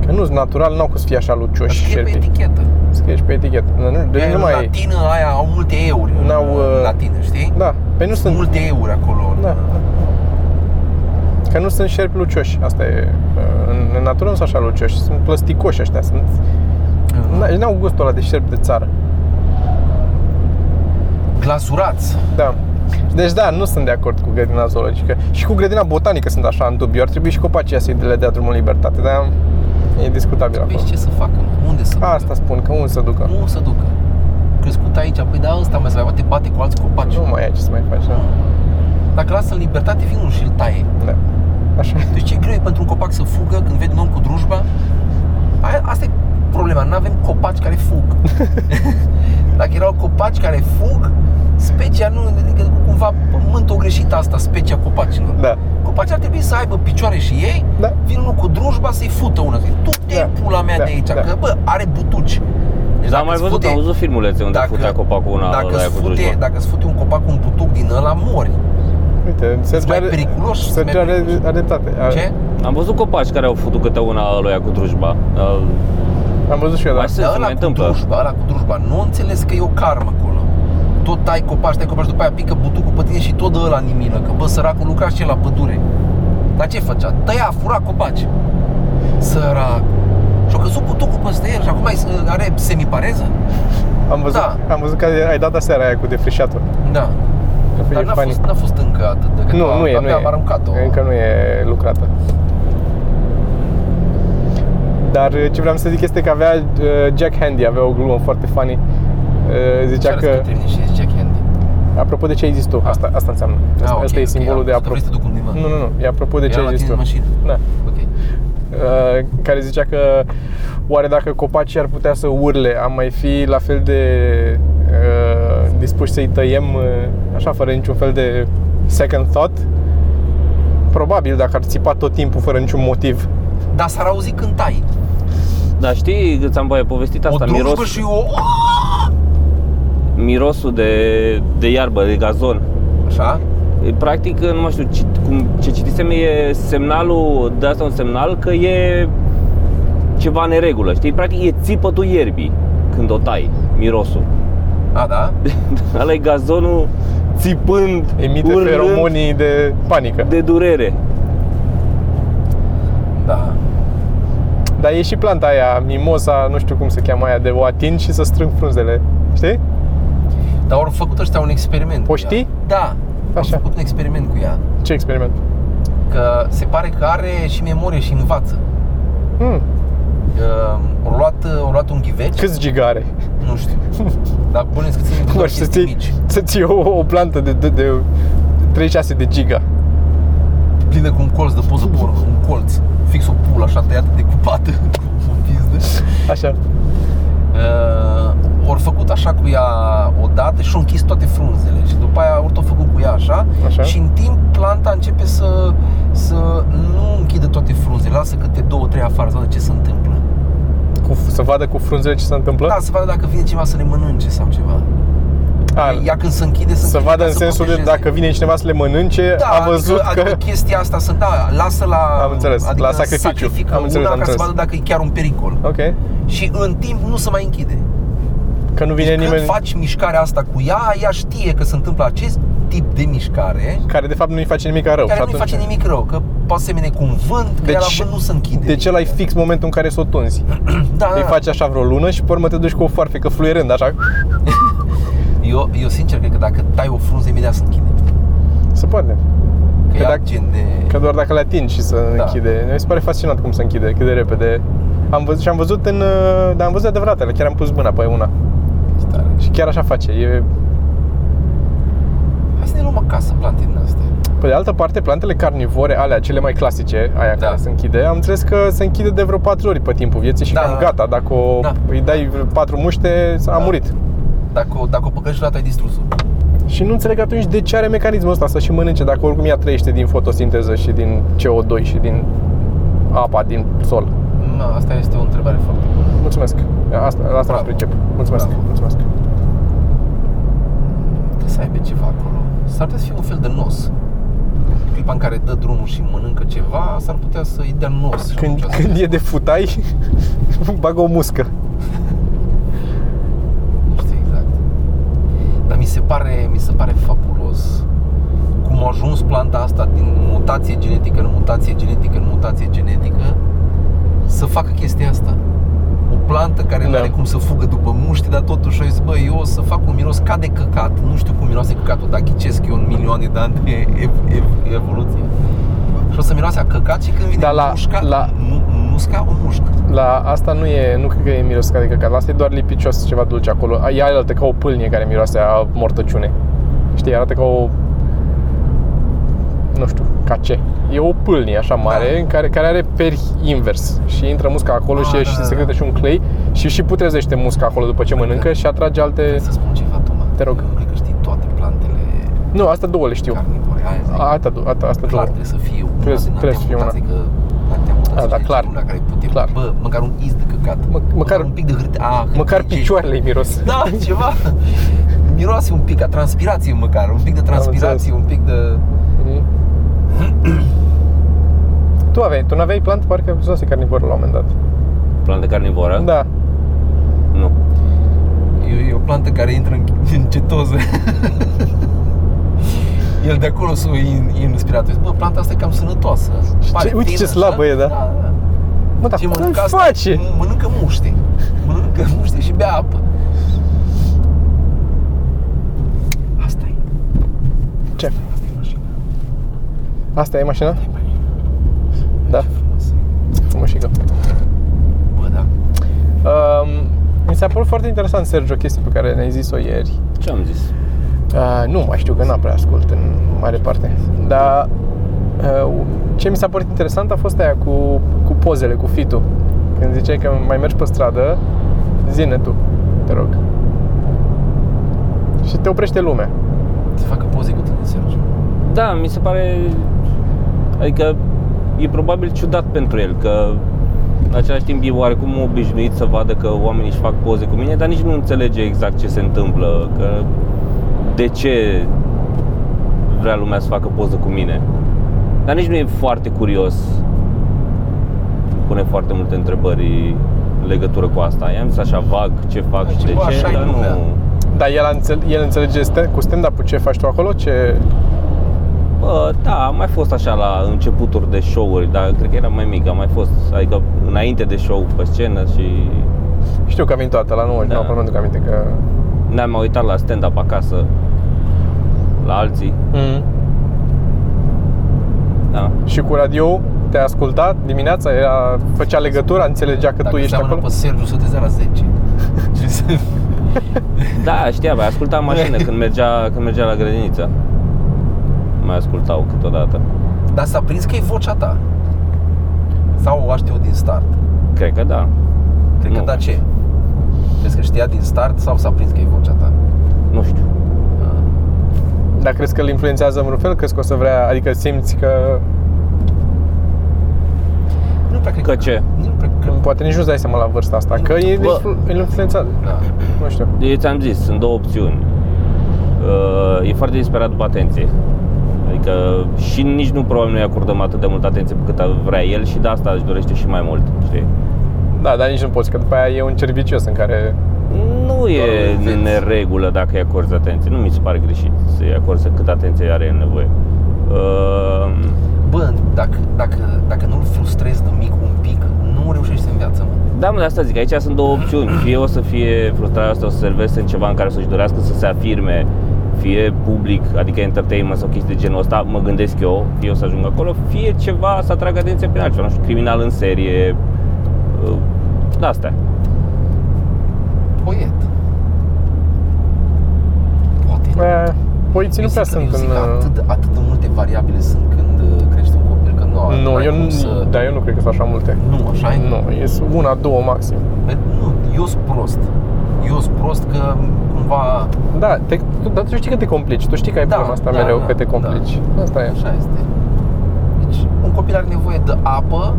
S2: Că nu-s natural, n-au cum să fie așa lucioși
S1: Scrie pe
S2: șerpii.
S1: etichetă.
S2: Scrie și pe etichetă. Nu, nu, deci
S1: Aia
S2: nu
S1: în
S2: mai e.
S1: latină, aia au multe euri în-
S2: N-au, uh,
S1: în latină, știi?
S2: Da, pe nu sunt...
S1: Multe euri acolo.
S2: Da. Că nu sunt șerpi lucioși. Asta e... uh, În, în natură nu sunt așa lucioși. Sunt plasticoși ăștia. Sunt...
S1: Da.
S2: n- N-au gustul ăla de șerpi de țară.
S1: Glasurați.
S2: Da. Deci da, nu sunt de acord cu grădina zoologică. Și cu grădina botanică sunt așa în dubiu. Ar trebui și copacii să le dea drumul în libertate, dar e discutabil acolo.
S1: Vezi Deci Păi ce să facă, mă? Unde să
S2: Asta spun, că unde să ducă.
S1: ducă? Nu se ducă. Crescut aici, păi da, ăsta mai se mai poate bate cu alți copaci.
S2: Nu mai ai ce să mai faci, da.
S1: Dacă lasă în libertate, vine unul și îl taie.
S2: da. Așa.
S1: Deci ce greu e pentru un copac să fugă când vede un om cu drujba? Aia, asta e problema, nu avem copaci care
S2: [laughs]
S1: fug. Dacă erau copaci care fug, specia nu, adică cumva pământul a greșit asta, specia copacilor.
S2: Da.
S1: Copacii ar trebui să aibă picioare și ei,
S2: Da.
S1: vin unul cu drujba să-i fută una. Zic, tu te
S2: Da,
S1: pula mea
S2: da,
S1: de aici,
S2: da.
S1: că bă, are butuci. Deci
S3: Dar
S1: dacă
S3: am mai
S1: îți
S3: văzut,
S1: fute-
S3: am văzut filmulețe unde futea copacul una
S1: dacă
S3: la aia
S1: îți
S3: cu
S1: fute-
S3: drujba.
S1: Dacă îți fute un copac cu un butuc din ăla, mori.
S2: Uite, Sergiu
S1: mai
S2: are,
S1: periculos și
S2: Sergiu
S1: mai
S2: are,
S1: periculos.
S2: are dreptate. A-
S1: Ce?
S3: Am văzut copaci care au futut câte una lui cu drujba. Dar
S2: Am văzut și eu, da.
S3: Mai sunt,
S1: Dar
S3: se
S1: ăla
S3: mai
S1: cu
S3: întâmplă.
S1: drujba, ăla cu drujba, nu înțeles că e o karmă acolo. Tot tai copaci, tai copaci, după aia pică butucul pe tine și tot dă ăla în milă, că bă, săracul lucra și el la pădure. Dar ce făcea? Tăia, fura copaci. Sărac. Și-a căzut butucul peste el și acum ai- uh, are semipareză?
S2: Am văzut,
S1: Da.
S2: am văzut că ai dat aseară aia cu defrișatul.
S1: Da.
S2: Că
S1: Dar
S2: e
S1: n-a
S2: funny.
S1: fost, n-a fost încă atât de că
S2: Nu,
S1: doar-
S2: nu e, nu
S1: abia
S2: e.
S1: am aruncat-o.
S2: Încă nu e lucrată. Dar uh, ce vreau să zic este că avea uh, Jack Handy, avea o glumă foarte funny. Uh,
S1: Ce
S2: Zicea
S1: arăți că
S2: că,
S1: termin și zice Jack Handy?
S2: apropo de ce ai zis tu, asta, asta înseamnă. Asta,
S1: Ah, ok,
S2: asta e
S1: ok,
S2: simbolul
S1: am
S2: de
S1: crezut că
S2: apropo.
S1: vrei să te duc undeva.
S2: Nu, nu, nu, e apropo de ce
S1: Era
S2: ai
S1: la
S2: zis
S1: tine
S2: tu.
S1: în mașină.
S2: Da.
S1: Ok.
S2: Uh, care zicea că oare dacă copacii ar putea să urle, am mai fi la fel de uh, dispuși să-i tăiem uh, așa fără niciun fel de second thought? Probabil, dacă ar țipa tot timpul fără niciun motiv.
S1: Dar s-ar auzi când tai.
S3: Dar știi, că ți-am mai povestit asta,
S1: o drujbă
S3: miros,
S1: și o...
S3: mirosul de, de iarbă, de gazon.
S1: Așa?
S3: E, Practic, nu mai știu ci- cum, ce citisem, e semnalul, de asta un semnal că e ceva în neregulă, știi? Practic e țipătul ierbii când o tai, mirosul. [laughs]
S1: A, [laughs] da?
S3: Ăla e gazonul țipând,
S2: Emite
S3: urlând
S2: feromonii de panică.
S3: de durere.
S1: Da.
S2: Dar e și planta aia, mimosa, nu știu cum se cheamă aia, de o ating și să strâng frunzele. Știi?
S1: Dar au făcut ăștia un experiment. cu
S2: O
S1: ea.
S2: știi?
S1: Da. Au
S2: Așa.
S1: făcut un experiment cu ea.
S2: Ce experiment?
S1: Că se pare că are și memorie și învață.
S2: Hmm,
S1: Uh, au luat, au luat un ghiveci,
S2: câți gigare?
S1: nu
S2: [laughs]
S1: știu. Dar bănuiesc că țin minte
S2: Cum
S1: doar
S2: ar [laughs] să
S1: chestii
S2: ții,
S1: mici.
S2: să ții o, o plantă de, de, de 36 de giga.
S1: Plină cu un colț de poză porno, un colț. Fix o pulă așa tăiată, decupată, [laughs] cu o pizdă.
S2: Așa.
S1: Uh, ori făcut așa cu ea odată și au închis toate frunzele și după aia ori tot făcut cu ea așa,
S2: Așa.
S1: și în timp planta începe să, să nu închide toate frunzele, lasă câte două, trei afară să vadă ce se întâmplă.
S2: Cu, să vadă cu frunzele ce se întâmplă?
S1: Da, să vadă dacă vine cineva să le mănânce sau ceva.
S2: A,
S1: Da, Ea când se închide, se
S2: Da. să
S1: închide
S2: vadă
S1: ca
S2: în
S1: să
S2: sensul de
S1: protejeze.
S2: dacă vine cineva să le mănânce,
S1: da,
S2: a văzut
S1: adică,
S2: că...
S1: adică chestia asta sunt, da, lasă la
S2: Am înțeles,
S1: adică
S2: la sacrificiu.
S1: sacrifică
S2: Am înțeles,
S1: una
S2: am
S1: ca să
S2: înțeles.
S1: vadă dacă e chiar un pericol.
S2: Ok.
S1: Și în timp nu se mai închide.
S2: Că nu vine
S1: Deci
S2: nimeni
S1: Când faci mișcarea asta cu ea, ea știe că se întâmplă acest tip de mișcare
S2: care de fapt nu-i face nimic rău.
S1: care
S2: Și
S1: nu-i
S2: atunci-
S1: face nimic rău, că poate semene cu un vânt, că deci, la
S2: Deci-
S1: vânt nu se închide.
S2: Deci ăla e fix momentul în care s-o tunzi.
S1: [clears throat] da, da,
S2: Îi
S1: da.
S2: faci așa vreo lună și pe urmă te duci cu o foarfecă fluierând, așa.
S1: Eu, eu sincer cred că dacă tai o frunză, imediat se închide.
S2: Se poate.
S1: Că
S2: Că
S1: e
S2: Păi dacă-
S1: gen de...
S2: Că doar dacă le atingi și să
S1: Da.
S2: închide. Mi se pare fascinant cum se închide, cât de repede. Am văzut și am văzut în... uh, Dar am văzut adevăratele, chiar am pus mâna pe una.
S1: Stare.
S2: Și chiar așa face. E,
S1: Hai să ne luăm acasă plante din astea.
S2: pe de altă parte, plantele carnivore, alea cele mai clasice, aia
S1: Da.
S2: care se închide, am înțeles că se închide de vreo 4 ori pe timpul vieții și
S1: Da,
S2: cam
S1: da.
S2: gata. Dacă o,
S1: Da.
S2: îi dai 4 muște, a
S1: Da.
S2: murit.
S1: Dacă, o- dacă o păcălești vreodată, ai distrus-o.
S2: Și nu înțeleg atunci de ce are mecanismul ăsta să și mănânce dacă oricum ea trăiește din fotosinteză și din CO2 și din apa din sol.
S1: Na, asta este o întrebare foarte bună.
S2: Mulțumesc. Asta, la asta mă
S1: Bravo.
S2: pricep. Mulțumesc.
S1: Bravo.
S2: Mulțumesc.
S1: Trebuie să aibă ceva acolo. S-ar putea să fie un fel de nos. În clipa în care dă drumul și mănâncă ceva, s-ar putea să-i dea nos. și
S2: Când,
S1: atunci-
S2: când e de futai, [laughs] bagă o muscă.
S1: Nu știu exact. Dar mi se pare, mi se pare fabulos cum a ajuns planta asta din mutație genetică în mutație genetică în mutație genetică să facă chestia asta. O plantă care nu
S2: Da.
S1: are cum să fugă după muști, dar totuși o zis, bă, eu o să fac un miros ca de căcat. Nu știu cum miroase căcatul, dar ghicesc eu un milioane de ani de ev- ev- evoluție. Și o să miroase a căcat și când vine
S2: Dar Da, la-
S1: mușca,
S2: la-
S1: mu- musca, o mușcă.
S2: La asta nu e, nu cred că e miros ca de căcat, la asta e doar lipicios ceva dulce acolo. A- Ea arată ca o pâlnie care miroase a mortăciune. Știi, arată ca o nu știu, ca ce. E o pâlnie așa mare da. care, care are peri invers și intră musca acolo
S1: Ah,
S2: și,
S1: da,
S2: da, și
S1: da,
S2: se
S1: da.
S2: crede și un clei și și putrezește musca acolo după ce mănâncă și atrage alte...
S1: Să spun ceva, Toma.
S2: Te rog.
S1: Eu cred că știi toate plantele
S2: Nu, asta două le știu.
S1: carnivore. Aia zic.
S2: A, asta, dou- asta, asta
S1: Clar,
S2: două.
S1: trebuie să fie una adică
S2: Trebuie-
S1: din
S2: trebuie să fie una.
S1: antemutații, că antemutații
S2: Da, da,
S1: aici,
S2: clar.
S1: Una care putem,
S2: Clar.
S1: Bă, măcar un iz de căcat.
S2: Mă- măcar-
S1: un pic de hârtie. A, hârtie
S2: Măcar
S1: aici.
S2: picioarele miros.
S1: [clears throat] Da, ceva. Miroase un pic a transpirație măcar, un pic de transpirație, un pic de...
S2: Mhm. tu aveai, tu n-aveai plant, parcă zose carnivor la un moment dat.
S3: Plantă carnivoră?
S2: Da.
S3: Nu.
S1: E, e o plantă care intră în, în cetoză. [laughs] El de acolo s-a in- inspirat. Zice, Bă, planta asta e cam sănătoasă. Pare
S2: uite
S1: fină,
S2: ce
S1: așa.
S2: slabă e, da.
S1: da, da.
S2: Mă, dar
S1: Ce
S2: cum
S1: mănâncă asta?
S2: face?
S1: Mănâncă muște. Mănâncă muște și bea apă. Asta e.
S2: Ce?
S1: Asta e mașina.
S2: Asta e mașina?
S1: Asta e mașina.
S2: Da.
S1: Ce Păi, frumos e.
S2: Frumoșică.
S1: Bă, da.
S2: Um, mi s-a părut foarte interesant, Sergio, o chestie pe care ne-ai zis-o ieri.
S3: Ce am zis?
S2: Uh, nu mai știu că n-am prea ascult în mare parte. Dar uh, ce mi s-a părut interesant a fost aia cu, cu pozele, cu fitul. Când ziceai că mai mergi pe stradă, zine tu, te rog. Și te oprește lumea.
S1: Să facă poze cu tine, Sergiu.
S3: Da, mi se pare... Adică e probabil ciudat pentru el că în același timp e oarecum obișnuit să vadă că oamenii își fac poze cu mine, dar nici nu înțelege exact ce se întâmplă, că de ce vrea lumea să facă poză cu mine. Dar nici nu e foarte curios. Îmi Pune foarte multe întrebări în legătură cu asta. I-am zis așa vag ce fac
S1: Da,
S3: și de
S1: ceva
S3: ce,
S1: așa e
S3: dar nu...
S1: lumea.
S2: Dar el, a înțel- el înțelege stand- cu stand-up-ul ce faci tu acolo? Ce...
S3: Bă, da, am mai fost așa la începuturi de show-uri, dar cred că era mai mic, am mai fost, adică înainte de show pe scenă și
S2: Știu că am venit toată la 9,
S3: Da.
S2: da. nu mi-aduc aminte că...
S3: n-am mai uitat la stand-up acasă, la alții,
S2: Mm.
S3: da.
S2: Și cu radio te asculta dimineața, era, făcea legătura, înțelegea că
S1: Dacă
S2: tu ești
S1: seamănă
S2: acolo.
S1: pe Sergiu, să te zea la
S2: [laughs]
S1: 10. Ce să...
S3: Da, știa, mai ascultam în mașină când mergea, când mergea la grădiniță. Mai ascultau câteodată.
S1: Dar s-a prins că e vocea ta. Sau o a știut din start.
S3: Cred că da.
S1: Cred că
S3: Nu.
S1: da ce? Crezi că știa din start sau s-a prins că e vocea ta?
S3: Nu știu.
S1: Ah.
S2: Dar crezi că îl influențează în vreun fel? Crezi că o să vrea, adică simți că
S1: Nu prea cred
S2: da.
S3: Că ce?
S1: Nu prea cred.
S2: poate nici nu-ți dai seama la vârsta asta, că e
S3: Bă.
S2: influ- îl influențează.
S1: Da.
S2: Nu știu.
S3: Eu Deci ți-am zis, sunt două opțiuni. Uh, E foarte disperat după atenție. Adică și nici nu probabil nu-i acordăm atât de mult atenție pe cât ar vrea el și de asta își dorește și mai mult, știi?
S2: Da, dar nici nu poți, că după aia e un cerc vicios în care...
S3: Nu e
S1: Doar
S3: în
S1: vezi.
S3: regulă dacă îi acorzi atenție. Nu mi se pare greșit să-i acorzi cât atenție are el nevoie. Uh,
S1: Bă, dacă, dacă, dacă nu-l frustrezi de mic un pic, nu reușești în viață, mă.
S3: Da, mă, de asta zic, aici sunt două opțiuni. Fie o să fie frustrarea asta, o să se serveze în ceva în care o să-și dorească să se afirme, fie public, adică entertainment sau chestii de genul ăsta, mă gândesc eu, fie o să ajung acolo, fie ceva să atragă atenția prin altceva, nu știu, criminal în serie, uh, de astea.
S1: Poet. Poate.
S2: Bă, Poiții nu
S1: Eu
S2: prea
S1: zic că-
S2: sunt
S1: eu
S2: în...
S1: zic că
S2: uh,
S1: atât, de- atât de multe variabile sunt când uh, crește un copil, că nu
S2: Nu,
S1: n-ai
S2: eu
S1: cum
S2: nu,
S1: să...
S2: dar eu nu cred că sunt așa multe.
S1: Nu, așa e?
S2: Nu, e una, două maxim.
S1: Pe- Nu, eu sunt prost. eu sunt prost că cumva
S2: Da, te, tu, dar tu știi că te complici. Tu știi că ai
S1: Da,
S2: problema asta
S1: da,
S2: mereu,
S1: da,
S2: că te complici. Asta e.
S1: așa este. Deci un copil are nevoie de apă,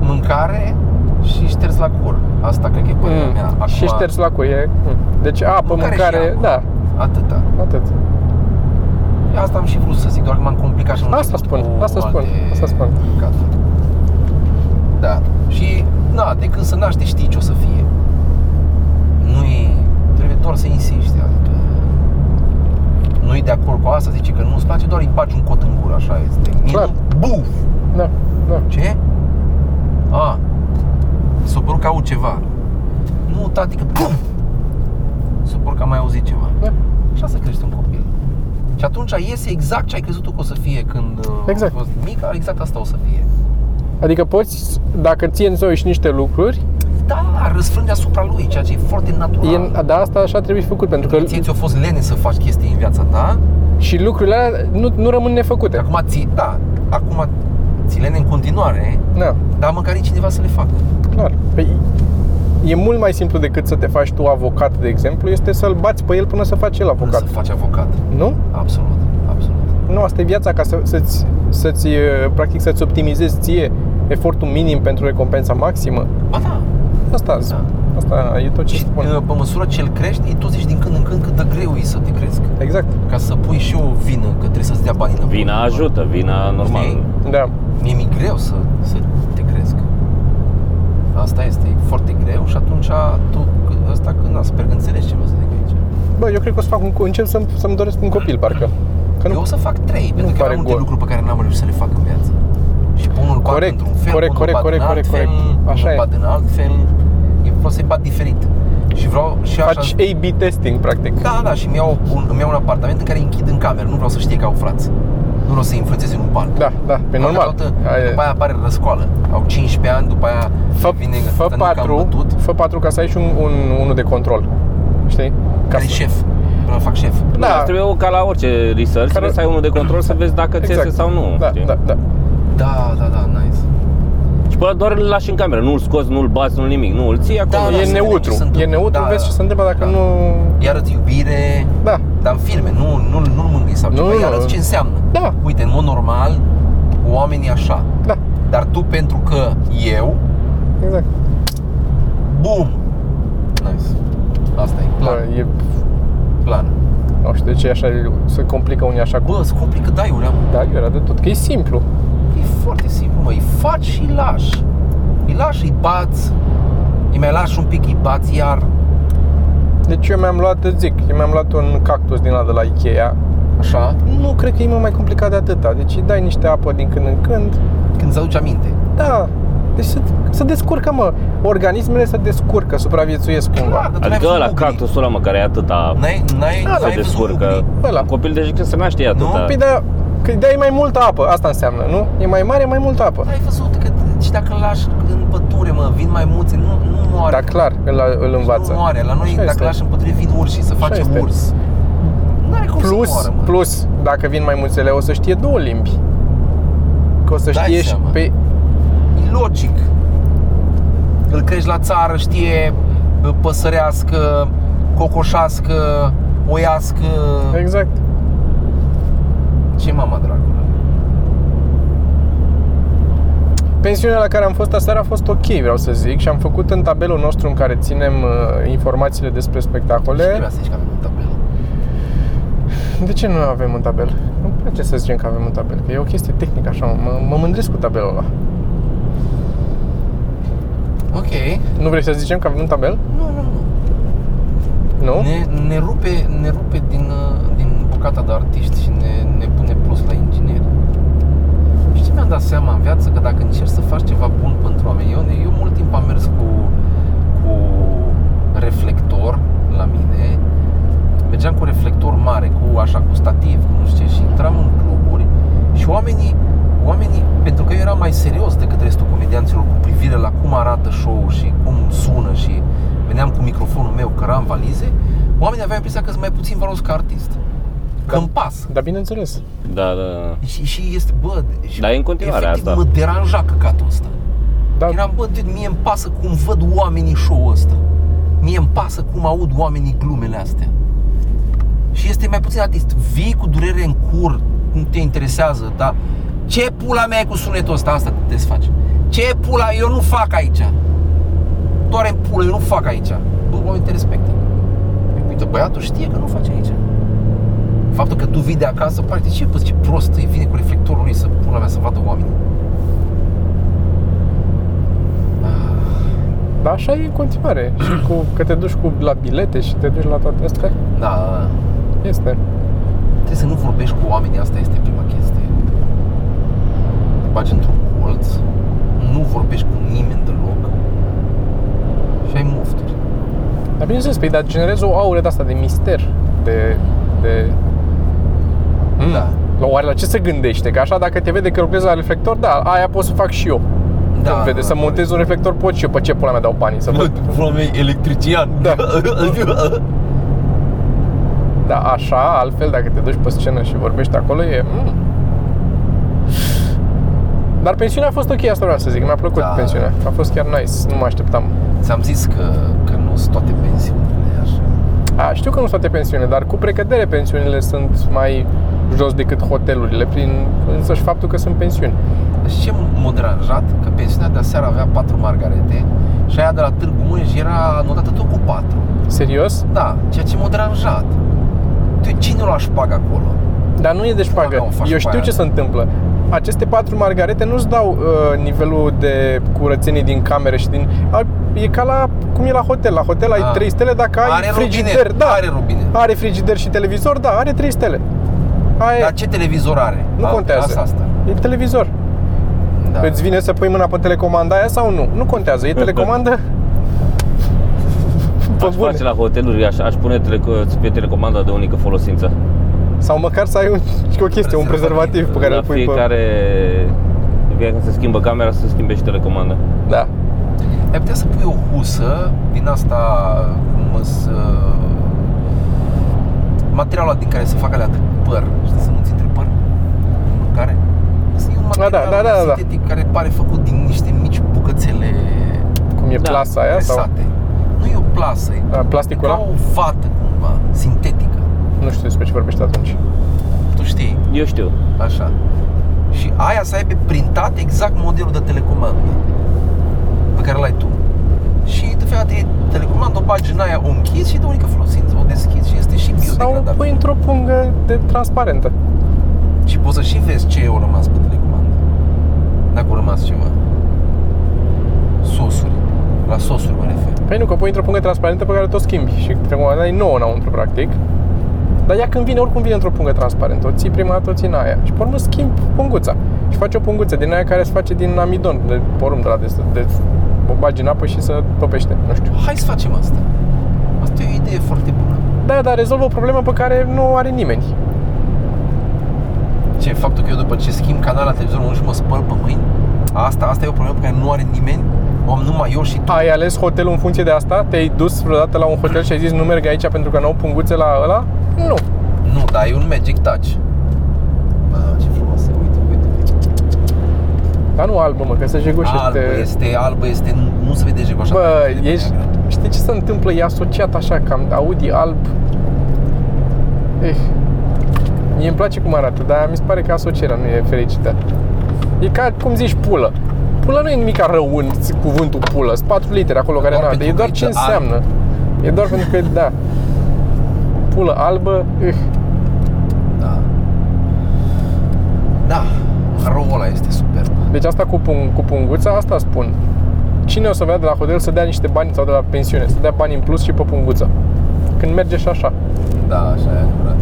S1: mâncare și șters la cur. Asta cred că e părerea mea.
S2: Mm.
S1: Acum,
S2: Și șters la cuie. Mm. Deci apă,
S1: Mâncare
S2: mâncare,
S1: și apă.
S2: da,
S1: Atâta.
S2: atât.
S1: Asta am și vrut să zic, doar că m-am complicat și am
S2: Asta
S1: început
S2: spun,
S1: cu
S2: asta spun,
S1: alte
S2: asta spun.
S1: cazuri. Da. Și, na, de când se naște știi ce o să fie. Nu e... Trebuie doar să insisti, adică... Nu e de acord cu asta, zice că nu-ți place, doar îi bagi un cot în gură, așa este. Mie
S2: Clar.
S1: nu- Buf!
S2: Da, da.
S1: Ce? A, mi s-a părut că aud ceva. Nu, tati, că buf! Mi S-a părut că am mai auzit ceva.
S2: Da.
S1: Și asta crește un copil. Și atunci iese exact ce ai crezut tu că o să fie când uh,
S2: Exact.
S1: ai fost mic, exact asta o să fie.
S2: Adică poți, dacă ție în zoiși niște lucruri,
S1: Da, răsfrânge asupra lui, ceea ce e foarte natural.
S2: e, dar asta așa trebuie făcut, pentru că
S1: Ție ți-a fost lene să faci chestii în viața ta,
S2: și lucrurile alea nu, nu rămân nefăcute.
S1: acum ți, da, acum ți lene în continuare,
S2: Da,
S1: dar măcar e cineva să le facă.
S2: clar. Păi, e mult mai simplu decât să te faci tu avocat, de exemplu, este să-l bați pe el până să faci el
S1: Nu
S2: avocat.
S1: să faci avocat.
S2: Nu?
S1: Absolut, absolut.
S2: Nu, asta e viața ca să, să-ți, să-ți, eh, practic, să-ți optimizezi ție efortul minim pentru recompensa maximă.
S1: Ba da,
S2: Asta,
S1: Da.
S2: asta e tot ce
S1: Și
S2: spun.
S1: uh, pe măsură ce îl crești, tu zici din când în când cât de greu e să te crezi.
S2: Exact,
S1: Ca să pui și o vină, că trebuie să-ți dea bani înapoi.
S3: Vina ajută, vina normal.
S1: Știi?
S2: da.
S1: Mie mi-e greu să, să te crezi. Asta este, e foarte greu și atunci tu, c- ăsta, când, na, sper că înțelegi ce vreau să zic aici.
S2: Bă, eu cred că o să fac un, co- încep să-mi, să-mi doresc un copil, parcă.
S1: Eu o
S2: Că Păi nu,
S1: să fac trei, pentru că
S2: pare
S1: am multe
S2: gol.
S1: lucruri pe care n-am reușit să le fac în viață. Și pe unul
S2: Corect,
S1: bat într-un fel,
S2: corect,
S1: pe unul bat
S2: corect, corect,
S1: în alt
S2: corect,
S1: fel,
S2: corect.
S1: pe unul
S2: Așa e.
S1: bat în alt fel. Eu vreau să-i bat diferit. Și vreau și așa...
S2: faci A-B testing, practic.
S1: Da, da, și îmi iau, un, îmi iau un apartament în care îi închid în cameră. Nu vreau să știe că au frați. Nu vreau să influențeze în un ban.
S2: Da, da, pe normal.
S1: Toată,
S2: Ai-
S1: după aia apare răscoală. Au 15 ani, după aia
S2: Fă,
S1: vine
S2: fă,
S1: stănică, am
S2: 4,
S1: bătut,
S2: fă 4 ca să ai și un, un, unul de control. Știi? Ca
S1: care e
S2: să-
S1: șef. Vreau să fac șef.
S3: Da.
S2: Da,
S3: Trebuie ca la orice research, trebuie să ai unul de control să vezi dacă ți iese
S2: Exact.
S3: sau nu.
S2: da,
S3: știi?
S2: da, da.
S1: Da, da, da, nice.
S3: Și pe ăla doar îl lași în cameră, nu-l scoți, nu-l bați, nu-l nimic, nu, îl ții acolo.
S1: Da, da, să
S2: E
S1: vedem
S2: neutru.
S1: ce se întâmplă.
S2: E neutru,
S1: Da,
S2: vezi
S1: da,
S2: ce se întâmplă dacă
S1: da.
S2: nu...
S1: Iar arăt iubire,
S2: Da,
S1: dar în filme, nu, nu, nu mângâi sau
S2: Nu,
S1: ceva,
S2: nu,
S1: iar arăt
S2: nu.
S1: ce înseamnă.
S2: Da.
S1: Uite, în mod normal, oamenii așa.
S2: da,
S1: Dar tu, pentru că eu,
S2: exact.
S1: bum! Nice. Asta e
S2: Da,
S1: plan,
S2: e,
S1: plan.
S2: nu știu de ce e așa, se complică unii așa cu...
S1: Bă, îți complică daiurea, mă.
S2: Da, eu era de tot, că e simplu.
S1: E foarte simplu, mă, îi faci și îi lași. Îi lași, îi bați, îi mai lași un pic, îi bați iar.
S2: Deci eu mi-am luat, îți zic, eu mi-am luat un cactus din ăla de la Ikea.
S1: Așa?
S2: Nu cred că e mult mai complicat de atâta. Deci îi dai niște apă din când în când.
S1: Când îți aduce aminte.
S2: Da, deci să, să descurcă, mă. Organismele se descurcă, supraviețuiesc cumva.
S1: Da, dar tu n-ai
S3: Adică
S1: văzut
S3: ăla,
S1: Mowgli.
S3: cactusul ăla, mă, care e atâta,
S1: N-ai, n-ai,
S2: Da,
S1: n-ai
S3: se
S1: văzut
S3: descurcă.
S1: Mowgli?
S2: Ăla.
S3: Un copil de când se naște e atâta.
S2: Păi da, că îi dai mai multă apă, asta înseamnă, nu? E mai mare, mai multă apă.
S1: Ai văzut că și dacă îl lași în pădure, mă, vin mai mulți, nu, nu moare.
S2: Dar clar, îl, îl învață.
S1: Nu moare. La noi,
S2: Așa
S1: dacă
S2: este.
S1: lași în pădure, vin urși, să face
S2: este.
S1: urs. N-are cum să
S2: Plus,
S1: moară, mă.
S2: plus, dacă vin mai mulțele, o să știe două limbi. Că o să
S1: Dai
S2: știe și
S1: seama.
S2: pe...
S1: E logic. Îl crești la țară, știe bă, păsărească, cocoșască, oiască.
S2: Exact.
S1: Ce mama dragului?
S2: Pensiunea la care am fost aseară a fost ok, vreau să zic, și am făcut în tabelul nostru în care ținem uh, informațiile despre
S1: Ce
S2: spectacole.
S1: trebuia să zici că avem un tabel?
S2: De ce nu avem un tabel? Nu place să zicem că avem un tabel, că e o chestie tehnică, așa, mă, mă mândresc cu tabelul ăla.
S1: Ok.
S2: Nu vrei să zicem că avem un tabel?
S1: Nu, nu, nu.
S2: Nu?
S1: Ne, ne, rupe, ne rupe din, uh, din bucata de artiști și ne, ne pune plus la inginer. Și ce mi-am dat seama în viață? Că dacă încerci să faci ceva bun pentru oameni, eu, eu mult timp am mers cu, cu reflector la mine, mergeam cu reflector mare, cu așa, cu stativ, cu nu știu ce, și intram în cluburi și oamenii, oamenii, pentru că eu eram mai serios decât restul comedianților cu privire la cum arată show și cum sună și veneam cu microfonul meu, căram valize, oamenii aveau impresia că sunt mai puțin valoros ca artist. Că
S2: Da.
S1: îmi pas.
S2: Da, bineînțeles.
S3: da, da, da.
S1: Și, și este, bă, și
S3: Dar e în continuare
S1: efectiv,
S3: asta.
S1: mă deranja căcatul ăsta.
S2: Da,
S1: Eram, bă, dude, mie îmi pasă cum văd oamenii show-ul ăsta. mie îmi pasă cum aud oamenii glumele astea. Și este mai puțin artist. Vii cu durere în cur, nu te interesează, dar ce pula mea e cu sunetul ăsta? Asta te desfaci. Ce pula? Eu nu fac aici. Doar în pula, eu nu fac aici. Bă, oamenii te respectă. Uite, băiatul știe că nu face aici. Faptul că tu vii de acasă, pare, ce, bă, ce prost, îi vine cu reflectorul lui să pula mea să vadă oamenii.
S2: Dar așa e în continuare. Și cu, că te duci cu, la bilete și te duci la toate astea,
S1: Da,
S2: este.
S1: Trebuie să nu vorbești cu oamenii, asta este prima chestie. Te bagi într-un colț, nu vorbești cu nimeni deloc și ai mufturi.
S2: Dar bineînțeles, păi, dar generezi o aură de asta, de mister, de... de... Mm.
S1: Da.
S2: La oare la ce se gândește? Că așa dacă te vede că lucrezi la reflector, da, aia pot să fac și eu. Da, Când vede, să montez un reflector pot și eu, pe ce pula mea dau banii să văd.
S1: Vrome electrician.
S2: Da. Da, așa, altfel, dacă te duci pe scenă și vorbești acolo, e... Mm. Dar pensiunea a fost ok, asta vreau să zic, mi-a plăcut
S1: Da.
S2: da. pensiunea. A fost chiar nice, nu mă așteptam.
S1: Ți-am zis că, că nu sunt toate pensiunile așa.
S2: A, știu că nu sunt toate pensiunile, dar cu precădere pensiunile sunt mai jos decât hotelurile, prin însăși faptul că sunt pensiuni.
S1: Dar știi ce m-a deranjat? Că pensiunea de aseară avea patru margarete și aia de la Târgu Mureș era notată tot cu patru.
S2: Serios?
S1: Da, ceea ce m-a deranjat. Tu, cine o lași pag acolo?
S2: Dar nu e de
S1: Pula mea,
S2: șpagă.
S1: Da, o faci
S2: Eu
S1: pe
S2: știu
S1: aia.
S2: ce se întâmplă. Aceste patru margarete nu-ți dau uh, nivelul de curățenie din camere și din... A, e ca la... cum e la hotel. La hotel ai
S1: Ah.
S2: 3 stele dacă ai
S1: Are
S2: frigider.
S1: robinet,
S2: da.
S1: are robinet.
S2: Are frigider și televizor, da, are 3 stele. Aia
S1: Dar
S2: e,
S1: ce televizor are?
S2: nu
S1: Da, A,
S2: contează.
S1: Asta, asta.
S2: E televizor.
S1: Da.
S2: Îți vine să pui mâna pe telecomanda aia sau nu? Nu
S3: [laughs]
S2: contează, e telecomandă. Pe
S3: Aș
S2: bune.
S3: face la hoteluri, aș, aș pune teleco- pe telecomanda de unică folosință.
S2: Sau măcar să ai un, o chestie, un
S1: Prezervativ.
S2: prezervativ pe care
S3: la
S2: îl pui pe...
S3: fiecare... Pe... Când se schimbă camera, se schimbe și telecomanda.
S2: Da.
S1: Ai putea să pui o husă din asta, cum îs, uh, materialul ăla din care se fac alea de păr, știi să nu-ți intre păr în mâncare? Asta e un
S2: da,
S1: material
S2: da, da, da.
S1: sintetic care pare făcut din niște mici bucățele
S2: Cum e
S3: Da,
S2: plasa aia sau...
S1: presate. Nu e o plasă, e
S2: A,
S1: ca
S2: Plasticul ăla?
S1: o vată cumva, sintetică.
S2: Nu știu despre ce vorbești atunci.
S1: Tu știi,
S3: Eu știu.
S1: așa. Și aia să aibă printat exact modelul de telecomandă pe care l-ai tu. Și de fiecare dată e telecomandă, o bagi în aia, o închizi și de unică folosință, o deschizi și este și
S2: Sau
S1: biodegradabil.
S2: pui într-o pungă de transparentă.
S1: Și poți să și vezi ce au rămas pe telecomandă. Dacă au rămas ceva. Sosuri. La sosuri mă refer.
S2: Păi nu, că pui într-o pungă transparentă pe care tot schimbi și acum ai nouă înăuntru, practic. Dar ea când vine, oricum vine într-o pungă transparentă. O ții prima dată, o ții în aia. Și pe urmă schimbi punguța. Și faci o punguță din aia care se face din amidon, de porumb de la de, de o bagi în apă și să topește. Nu știu.
S1: Hai să facem asta. Asta e o idee foarte bună.
S2: Da, dar rezolvă o problemă pe care nu o are nimeni.
S1: Ce, faptul că eu după ce schimb canal la televizor, mă duc și mă spăl pe mâini? Asta, asta e o problemă pe care nu are nimeni? O am numai eu și tu.
S2: Ai ales hotelul în funcție de asta? Te-ai dus vreodată la un hotel și ai zis nu merg aici pentru că n-au punguțe la ăla? Nu.
S1: Nu, dar e un Magic Touch. Bă, ce frumoasă, uite, uite.
S2: Dar nu albă, mă, că se jegoșește.
S1: Albă este, albă este, nu- nu se vede jegoșa.
S2: Bă,
S1: de pe
S2: ești,
S1: neagră.
S2: știi ce se întâmplă? E asociat așa, cam Audi alb. Eh, mie îmi place cum arată, dar mi se pare că asocierea nu e fericită. E ca, cum zici, pulă. Pulă nu e nimic rău în cuvântul pulă. Sunt 4 litere acolo care
S1: Doar
S2: nu are.
S1: pentru că
S2: E doar
S1: e
S2: ce
S1: alb.
S2: înseamnă. E doar pentru că, da. Pulă albă, eh.
S1: Da. Da, maroul ăla este superb.
S2: Deci asta cu, pun, cu punguța, asta spun. Cine o să vrea de la hotel să dea niște bani sau de la pensiune, să dea bani în plus și pe punguța. Când merge și așa.
S1: Da, așa e adevărat.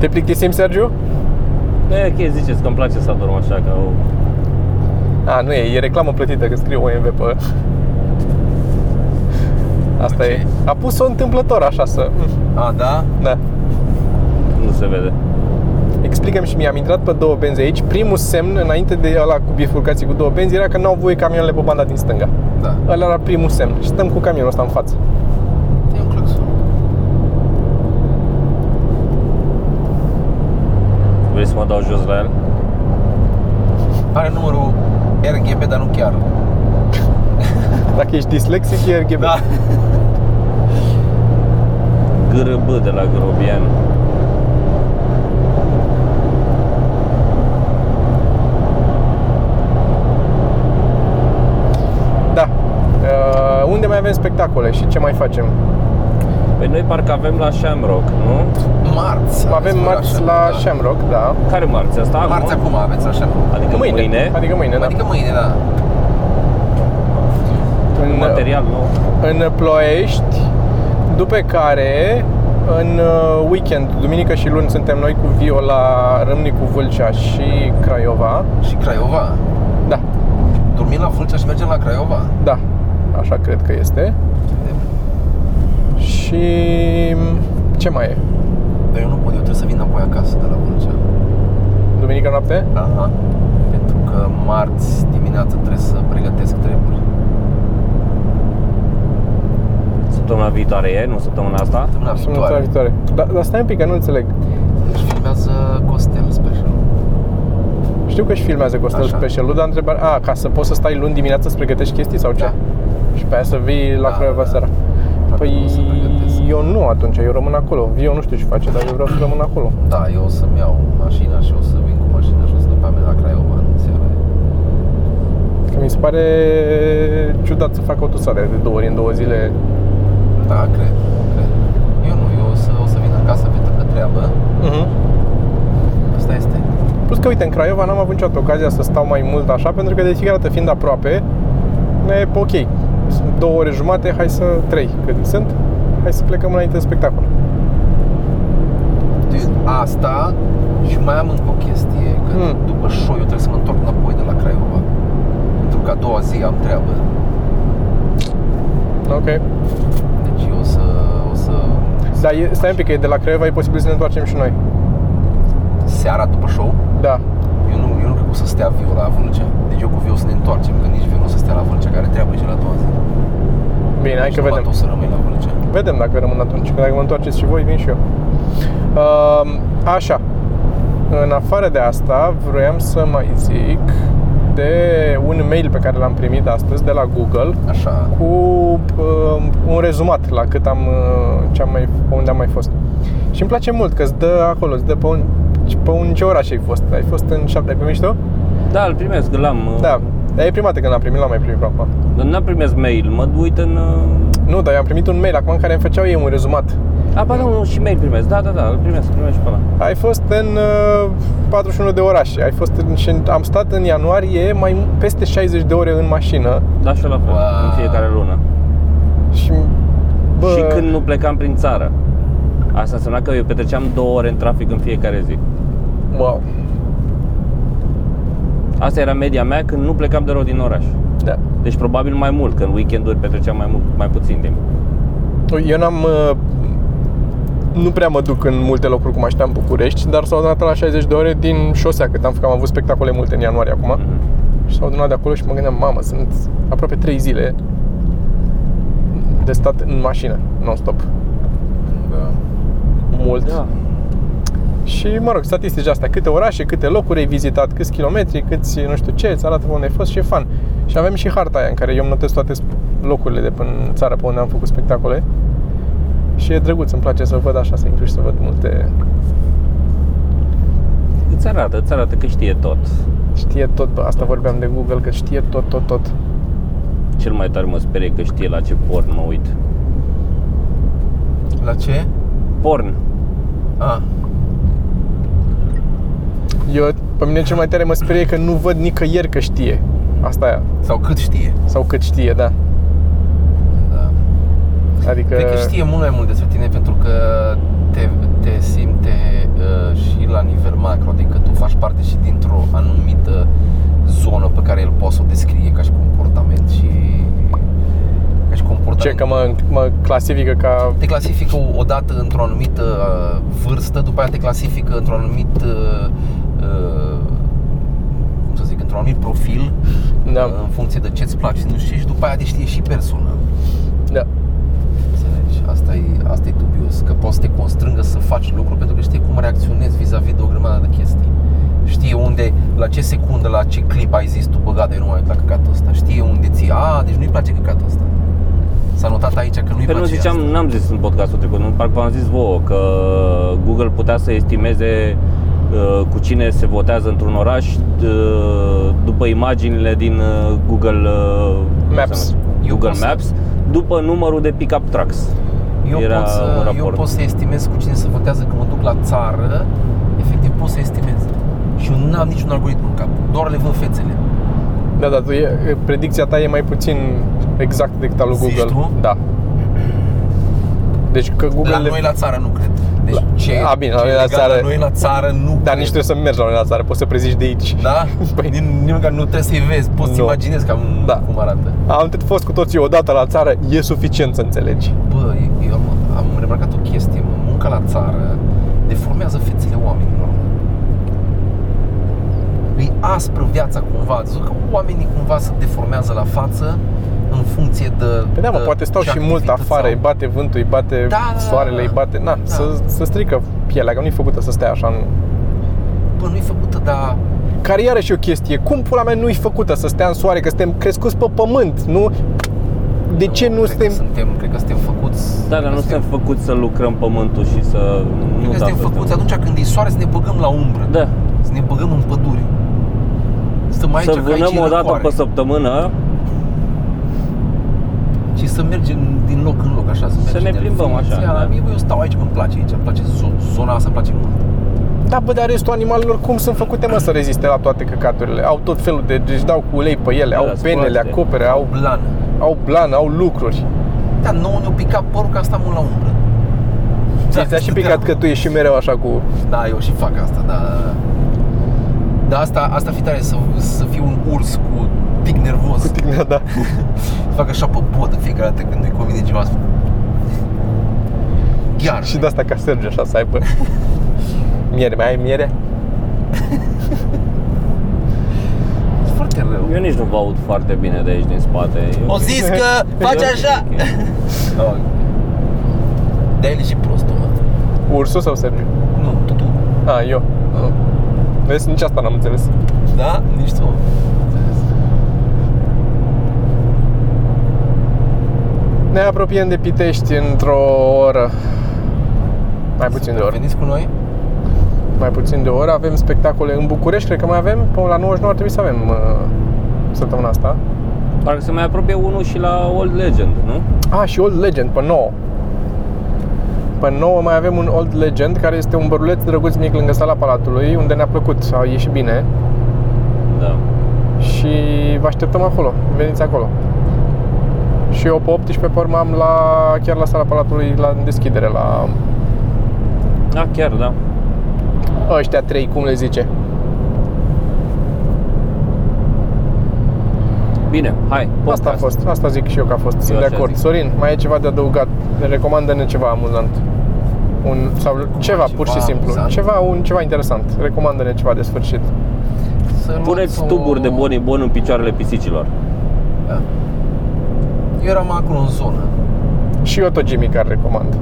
S2: Te plictisim, Sergiu?
S3: Nu e ok, ziceți că îmi place să adorm așa, că o...
S2: A, nu e, e reclamă plătită, că scriu OMV pe... Asta
S1: Ok.
S2: e. A pus-o întâmplător, așa să... Mm,
S1: A, da?
S2: Da.
S3: nu se vede.
S2: Explicăm și mie, am intrat pe două benzi aici. Primul semn, înainte de ăla cu bifurcații cu două benzi, era că n-au voie camioanele pe banda din stânga.
S1: Da.
S2: Ăla era primul semn. Și stăm cu camionul ăsta în față.
S1: E un claxon.
S3: Vrei să mă dau jos la el.
S1: Are numărul RGB, dar nu chiar.
S2: Dacă ești dislexic, e RGB.
S1: Da.
S3: GRB de la Grobian.
S2: da. Uh, unde mai avem spectacole și ce mai facem?
S3: Pe Păi noi parcă avem la Shamrock, nu?
S1: Marți.
S2: Avem marți la Shamrock, da.
S3: Care marți asta? acum?
S1: Marți acum aveți la Shamrock.
S3: Adică mâine.
S2: Adică mâine, da.
S1: Adică mâine, da.
S2: în, uh,
S3: Material nou.
S2: în Ploiești, după care în uh, weekend, duminică și luni, suntem noi cu Vio la Râmnicu Vâlcea și Craiova.
S1: Și Craiova.
S2: Da,
S1: Dormim la Vâlcea și mergem la Craiova.
S2: da, așa cred că este. Și mm, ce mai e?
S1: Dar eu nu pot, eu trebuie să vin înapoi acasă de la Vâlcea.
S2: Duminică noapte?
S1: Aha. Pentru că marți dimineață trebuie să pregătesc treburi.
S3: Săptămâna viitoare e, nu săptămâna asta.
S1: Săptămâna
S2: Săptămâna
S1: viitoare.
S2: viitoare. Dar da, stai un pic, că nu înțeleg.
S1: Își filmează Costel Special.
S2: Știu că își filmează Costel
S1: Așa.
S2: Specialul, dar întrebarea... A, ca să poți să stai luni dimineața să pregătești chestii sau ce?
S1: Da.
S2: Și pe aia să vii la
S1: Da,
S2: Craiova
S1: da.
S2: seara. Păi
S1: Acum să pregătesc.
S2: eu nu atunci, eu rămân acolo. Eu nu știu ce face, dar eu vreau să rămân acolo.
S1: Da, eu o să-mi iau mașina și o să vin cu mașina și o să duc pe oameni la Craiova în seara aia.
S2: Că mi se pare ciudat să fac autostradă de două ori în două zile.
S1: Da, cred, cred. Eu nu, eu o să, o să vin acasă pentru că treabă.
S2: Uh-huh.
S1: Asta este.
S2: Plus că, uite, în Craiova n-am avut niciodată ocazia să stau mai mult așa, pentru că de fiecare dată fiind aproape, e ok. Sunt două ore jumate, hai să... trei, cred că sunt. Hai să plecăm înainte de spectacol.
S1: Dude, asta și mai am încă o chestie, că
S2: Hmm.
S1: după show eu trebuie să mă întorc înapoi de la Craiova. Pentru că a doua zi am treabă.
S2: Ok.
S1: Deci eu o să, o să
S2: Dar e, stai un pic, că e de la Craiova, e posibil să ne întoarcem și noi.
S1: seara după show,
S2: Da.
S1: eu nu, eu nu cred că o să stea viu la Vâlcea. Deci eu cu viu o să ne întoarcem, că nici viu nu o să stea la Vâlcea, care treabă și la a doua zi.
S2: Bine, hai că
S1: Poate
S2: vedem.
S1: o să rămâi la Vâlcea.
S2: Vedem dacă rămân atunci. Că dacă mă întoarceți și voi, vin și eu. Um, așa. În afară de asta, vroiam să mai zic de un mail pe care l-am primit astăzi de la Google
S1: Așa.
S2: cu um, un rezumat la cât am, uh, ce am mai, pe unde am mai fost. Și îmi place mult că îți dă acolo, îți dă pe un, pe un ce oraș ai fost. Ai fost în șapte, ai primit și tu?
S3: Da, îl primesc, îl am.
S2: Da. Dar e prima dată când l-am primit, l-am mai primit până acum.
S3: Dar N-am primesc mail, mă uit în... uh,
S2: Nu, dar eu am primit un mail acum în care îmi făceau ei un rezumat.
S3: A, ba, da, nu, și mail primesc, da, da, da, îl primesc, îl primesc și pe ăla.
S2: Ai fost în uh, 41 de orașe. Ai fost în, și am stat în ianuarie mai mu- peste 60 de ore în mașină
S3: Da, și eu la fel,
S1: Wow.
S3: în fiecare lună.
S2: și bă,
S3: Și când nu plecam prin țară. Asta însemna că eu petreceam două ore în trafic în fiecare zi.
S2: wow.
S3: Asta era media mea când nu plecam de rău din oraș.
S2: Da.
S3: Deci probabil mai mult, că în weekenduri petreceam mai, mult, mai puțin timp.
S2: Eu n-am uh, nu prea mă duc în multe locuri cu mașina în București, dar s-au adunat la 60 de ore din șosea, cât am făcut, am avut spectacole multe în ianuarie acum.
S3: Mhm.
S2: Și s-au adunat de acolo și mă gândeam, mamă, sunt aproape 3 zile de stat în mașină, non-stop.
S1: Da.
S2: Mult.
S3: Da.
S2: Și, mă rog, statistici astea, câte orașe, câte locuri ai vizitat, câți kilometri, câți nu știu ce, îți arată pe unde ai fost și e fan. Și avem și harta aia în care eu îmi notez toate sp- locurile de până în țară pe unde am făcut spectacole. Și e drăguț, îmi place să văd așa, să intru și să văd multe...
S3: Îți arată, îți arată că știe tot.
S2: Știe tot, bă, asta vorbeam de Google, că știe tot, tot, tot.
S3: Cel mai tare mă sperie că știe la ce porn mă uit.
S1: La ce?
S3: Porn.
S1: Ah,
S2: Eu, pe mine cel mai tare mă sperie că nu văd nicăieri că știe. Asta aia.
S1: sau cât știe.
S2: Sau cât știe, da.
S1: Da.
S2: Adică...
S1: Cred că știe mult mai mult despre tine pentru că te, te simte uh, și la nivel macro, adică tu faci parte și dintr-o anumită zonă pe care el poate să o descrie ca și comportament și ca și comportament.
S2: Ce, că mă, mă clasifică ca...
S1: Te clasifică o dată într-o anumită uh, vârstă, după aia te clasifică într-un anumit uh, uh, cum să zic, într-un anumit profil
S2: Da.
S1: uh, în funcție de ce-ți place, nu știu, ce, și după aia te știe și persona.
S2: Da.
S1: Înțelegi? Asta e, asta e dubios, că poți să te constrângă să faci lucruri pentru că știi cum reacționezi vis-a-vis de o grămadă de chestii. la ce secundă, la ce clip ai zis tu, bă, gata, eu nu mai uit la căcatul ăsta. Știe unde ți A, deci nu-i place căcatul ăsta. S-a notat aici că nu-i
S3: Pe Păi nu
S1: place
S3: ziceam,
S1: asta.
S3: n-am zis în podcastul trecut, nu, parcă v-am zis vouă că Google putea să estimeze uh, cu cine se votează într-un oraș uh, după imaginile din uh, Google uh, cum
S2: Maps.
S3: se
S1: Eu pot
S3: numește? Google
S1: să-
S3: Maps, după numărul de pickup trucks.
S1: Eu,
S3: Era
S1: pot
S3: un
S1: să, eu
S3: raport.
S1: pot să estimez cu cine se votează când mă duc la țară, efectiv pot să estimez. Și nu am niciun algoritm în cap, doar le văd fețele.
S2: Da, da, tu e, predicția ta e mai puțin exact decât a lui
S1: Zici
S2: Google.
S1: tu?
S2: Da. Deci că Google...
S1: la
S2: le-
S1: noi la țară nu cred. Deci
S2: La-
S1: ce,
S2: A, bine, la
S1: ce
S2: noi
S1: e
S2: la
S1: legat
S2: țară-
S1: la noi la țară nu
S2: Dar
S1: cred.
S2: nici trebuie să mergi la noi la țară, poți să prezici de aici.
S1: Da?
S2: [laughs] Păi-
S1: Păi... Nimic, nu trebuie să-i vezi, poți să
S2: Nu.
S1: imaginezi cam
S2: Da.
S1: cum arată.
S2: Am fost cu toții odată la țară, e suficient să înțelegi.
S1: Bă, eu am, am remarcat o chestie, mă, munca la țară deformează fețele oamenilor. Îi aspră viața cumva, ați văzut că oamenii cumva se deformează la față în funcție de
S2: Păi da, mă,
S1: de
S2: poate stau
S1: ce
S2: și mult
S1: activități
S2: afară,
S1: au.
S2: îi bate vântul, îi bate
S1: Da, da, da,
S2: soarele,
S1: da.
S2: îi bate... Na,
S1: Da.
S2: să, să strică pielea, că nu-i făcută să stea așa în...
S1: Bă, nu-i făcută, dar
S2: Care iarăși e o chestie, cum pula mea nu-i făcută să stea în soare, că suntem crescuți pe pământ, nu? De ce nu
S1: cred că
S2: suntem...
S1: suntem? Cred că suntem făcuți...
S3: Da,
S1: cred
S3: dar
S1: că
S3: nu suntem făcuți să lucrăm pământul și să...
S1: Cred că
S3: da,
S1: suntem făcuți atunci când e soare să ne băgăm la umbră,
S3: Da,
S1: să ne băgăm în pădure. Stăm aici,
S3: să
S1: că aici
S3: vânăm
S1: e
S3: o dată
S1: răcoare.
S3: pe săptămână,
S1: Și să mergem din loc în loc, așa, să,
S3: Să
S1: mergem
S3: ne
S1: de
S3: plimbăm, așa,
S1: Elveția.
S3: da.
S1: Mie, bă, eu stau aici, că îmi place aici, îmi place zo- zona asta, îmi place mult.
S2: Da, bă, dar restul animalelor cum sunt făcute, mă, să reziste la toate căcaturile? Au tot felul de... Deci dau cu ulei pe ele,
S3: Da,
S2: au
S3: da,
S2: pene, le
S3: spălați-te.
S2: acopere, au,
S1: Blană.
S2: au blană, au lucruri.
S1: Da, nouă ne-o picat părul că asta mult la umbră.
S2: Da, ți-a și picat că tu ești și mereu așa cu... [laughs]
S1: Da, eu și fac asta, da. Dar asta, asta ar fi tare, să, să fiu un urs cu tic nervos.
S2: cu tigna, da.
S1: Să fac așa pe pod în fiecare dată când îi convine ceva. să- Chiar.
S2: Și de asta ca Sergiu așa să aibă Miere, mai ai miere?
S1: E foarte rău.
S3: eu nici nu vă aud foarte bine de aici din spate. E
S1: O
S3: ok.
S1: zis că faci așa. Da. Dar el e și prost, mă.
S2: Ursul sau Sergiu?
S1: Nu, tu, tu.
S2: A, eu Vezi, nici asta n-am înțeles
S1: Da? Nici tu.
S2: Ne apropiem de Pitești într-o oră Mai puțin de oră
S1: Veniți cu noi?
S2: Mai puțin de oră Avem spectacole în București, cred că mai avem Până la 99 ar trebui să avem uh, săptămâna asta
S3: Parcă se mai apropie unul și la Old Legend, nu?
S2: A, Ah, și Old Legend, pe 9 pe 9 mai avem un Old Legend, care este un băruleț drăguț mic lângă sala Palatului, unde ne-a plăcut, a ieșit bine.
S3: Da.
S2: și vă așteptăm acolo, veniți acolo. Și eu pe 18 pe urmă am la, chiar la sala Palatului la în deschidere, la
S3: Da, chiar, da.
S2: ăștia trei, cum le zice.
S3: Bine, hai, podcast.
S2: Asta a fost, asta zic și eu că a fost, sunt de
S3: așa
S2: acord.
S3: zic.
S2: Sorin, mai e ceva de adăugat, recomandă-ne ceva amuzant. Un, sau ceva,
S1: ceva
S2: pur și simplu,
S1: amuzant?
S2: ceva, un, ceva interesant, recomandă-ne ceva de sfârșit.
S1: Să
S3: Puneți
S1: luați o-
S3: tuburi de boni bun în picioarele pisicilor.
S1: Da. Eu eram acolo în zonă.
S2: Și eu tot Jimmy care recomand.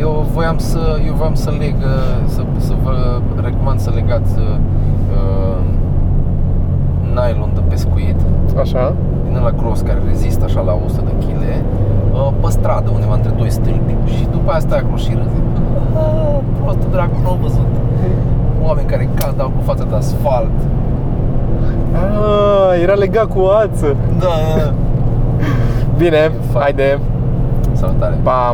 S1: Eu voiam să, eu voiam să leg, uh, să, să vă recomand să legați uh, nylon de pescuit
S2: Așa,
S1: din la gros care rezistă așa la 100 de kg uh, pe stradă undeva între doi stâlpi și după aia stai acolo și râzi. [laughs] Prostul dracu, nu am văzut. Oameni care cad, dau cu fața de asfalt.
S2: a, Ah, era legat cu ață.
S1: Da, da, da.
S2: Bine,
S1: Fac.
S2: haide,
S1: Salutare.
S2: pa!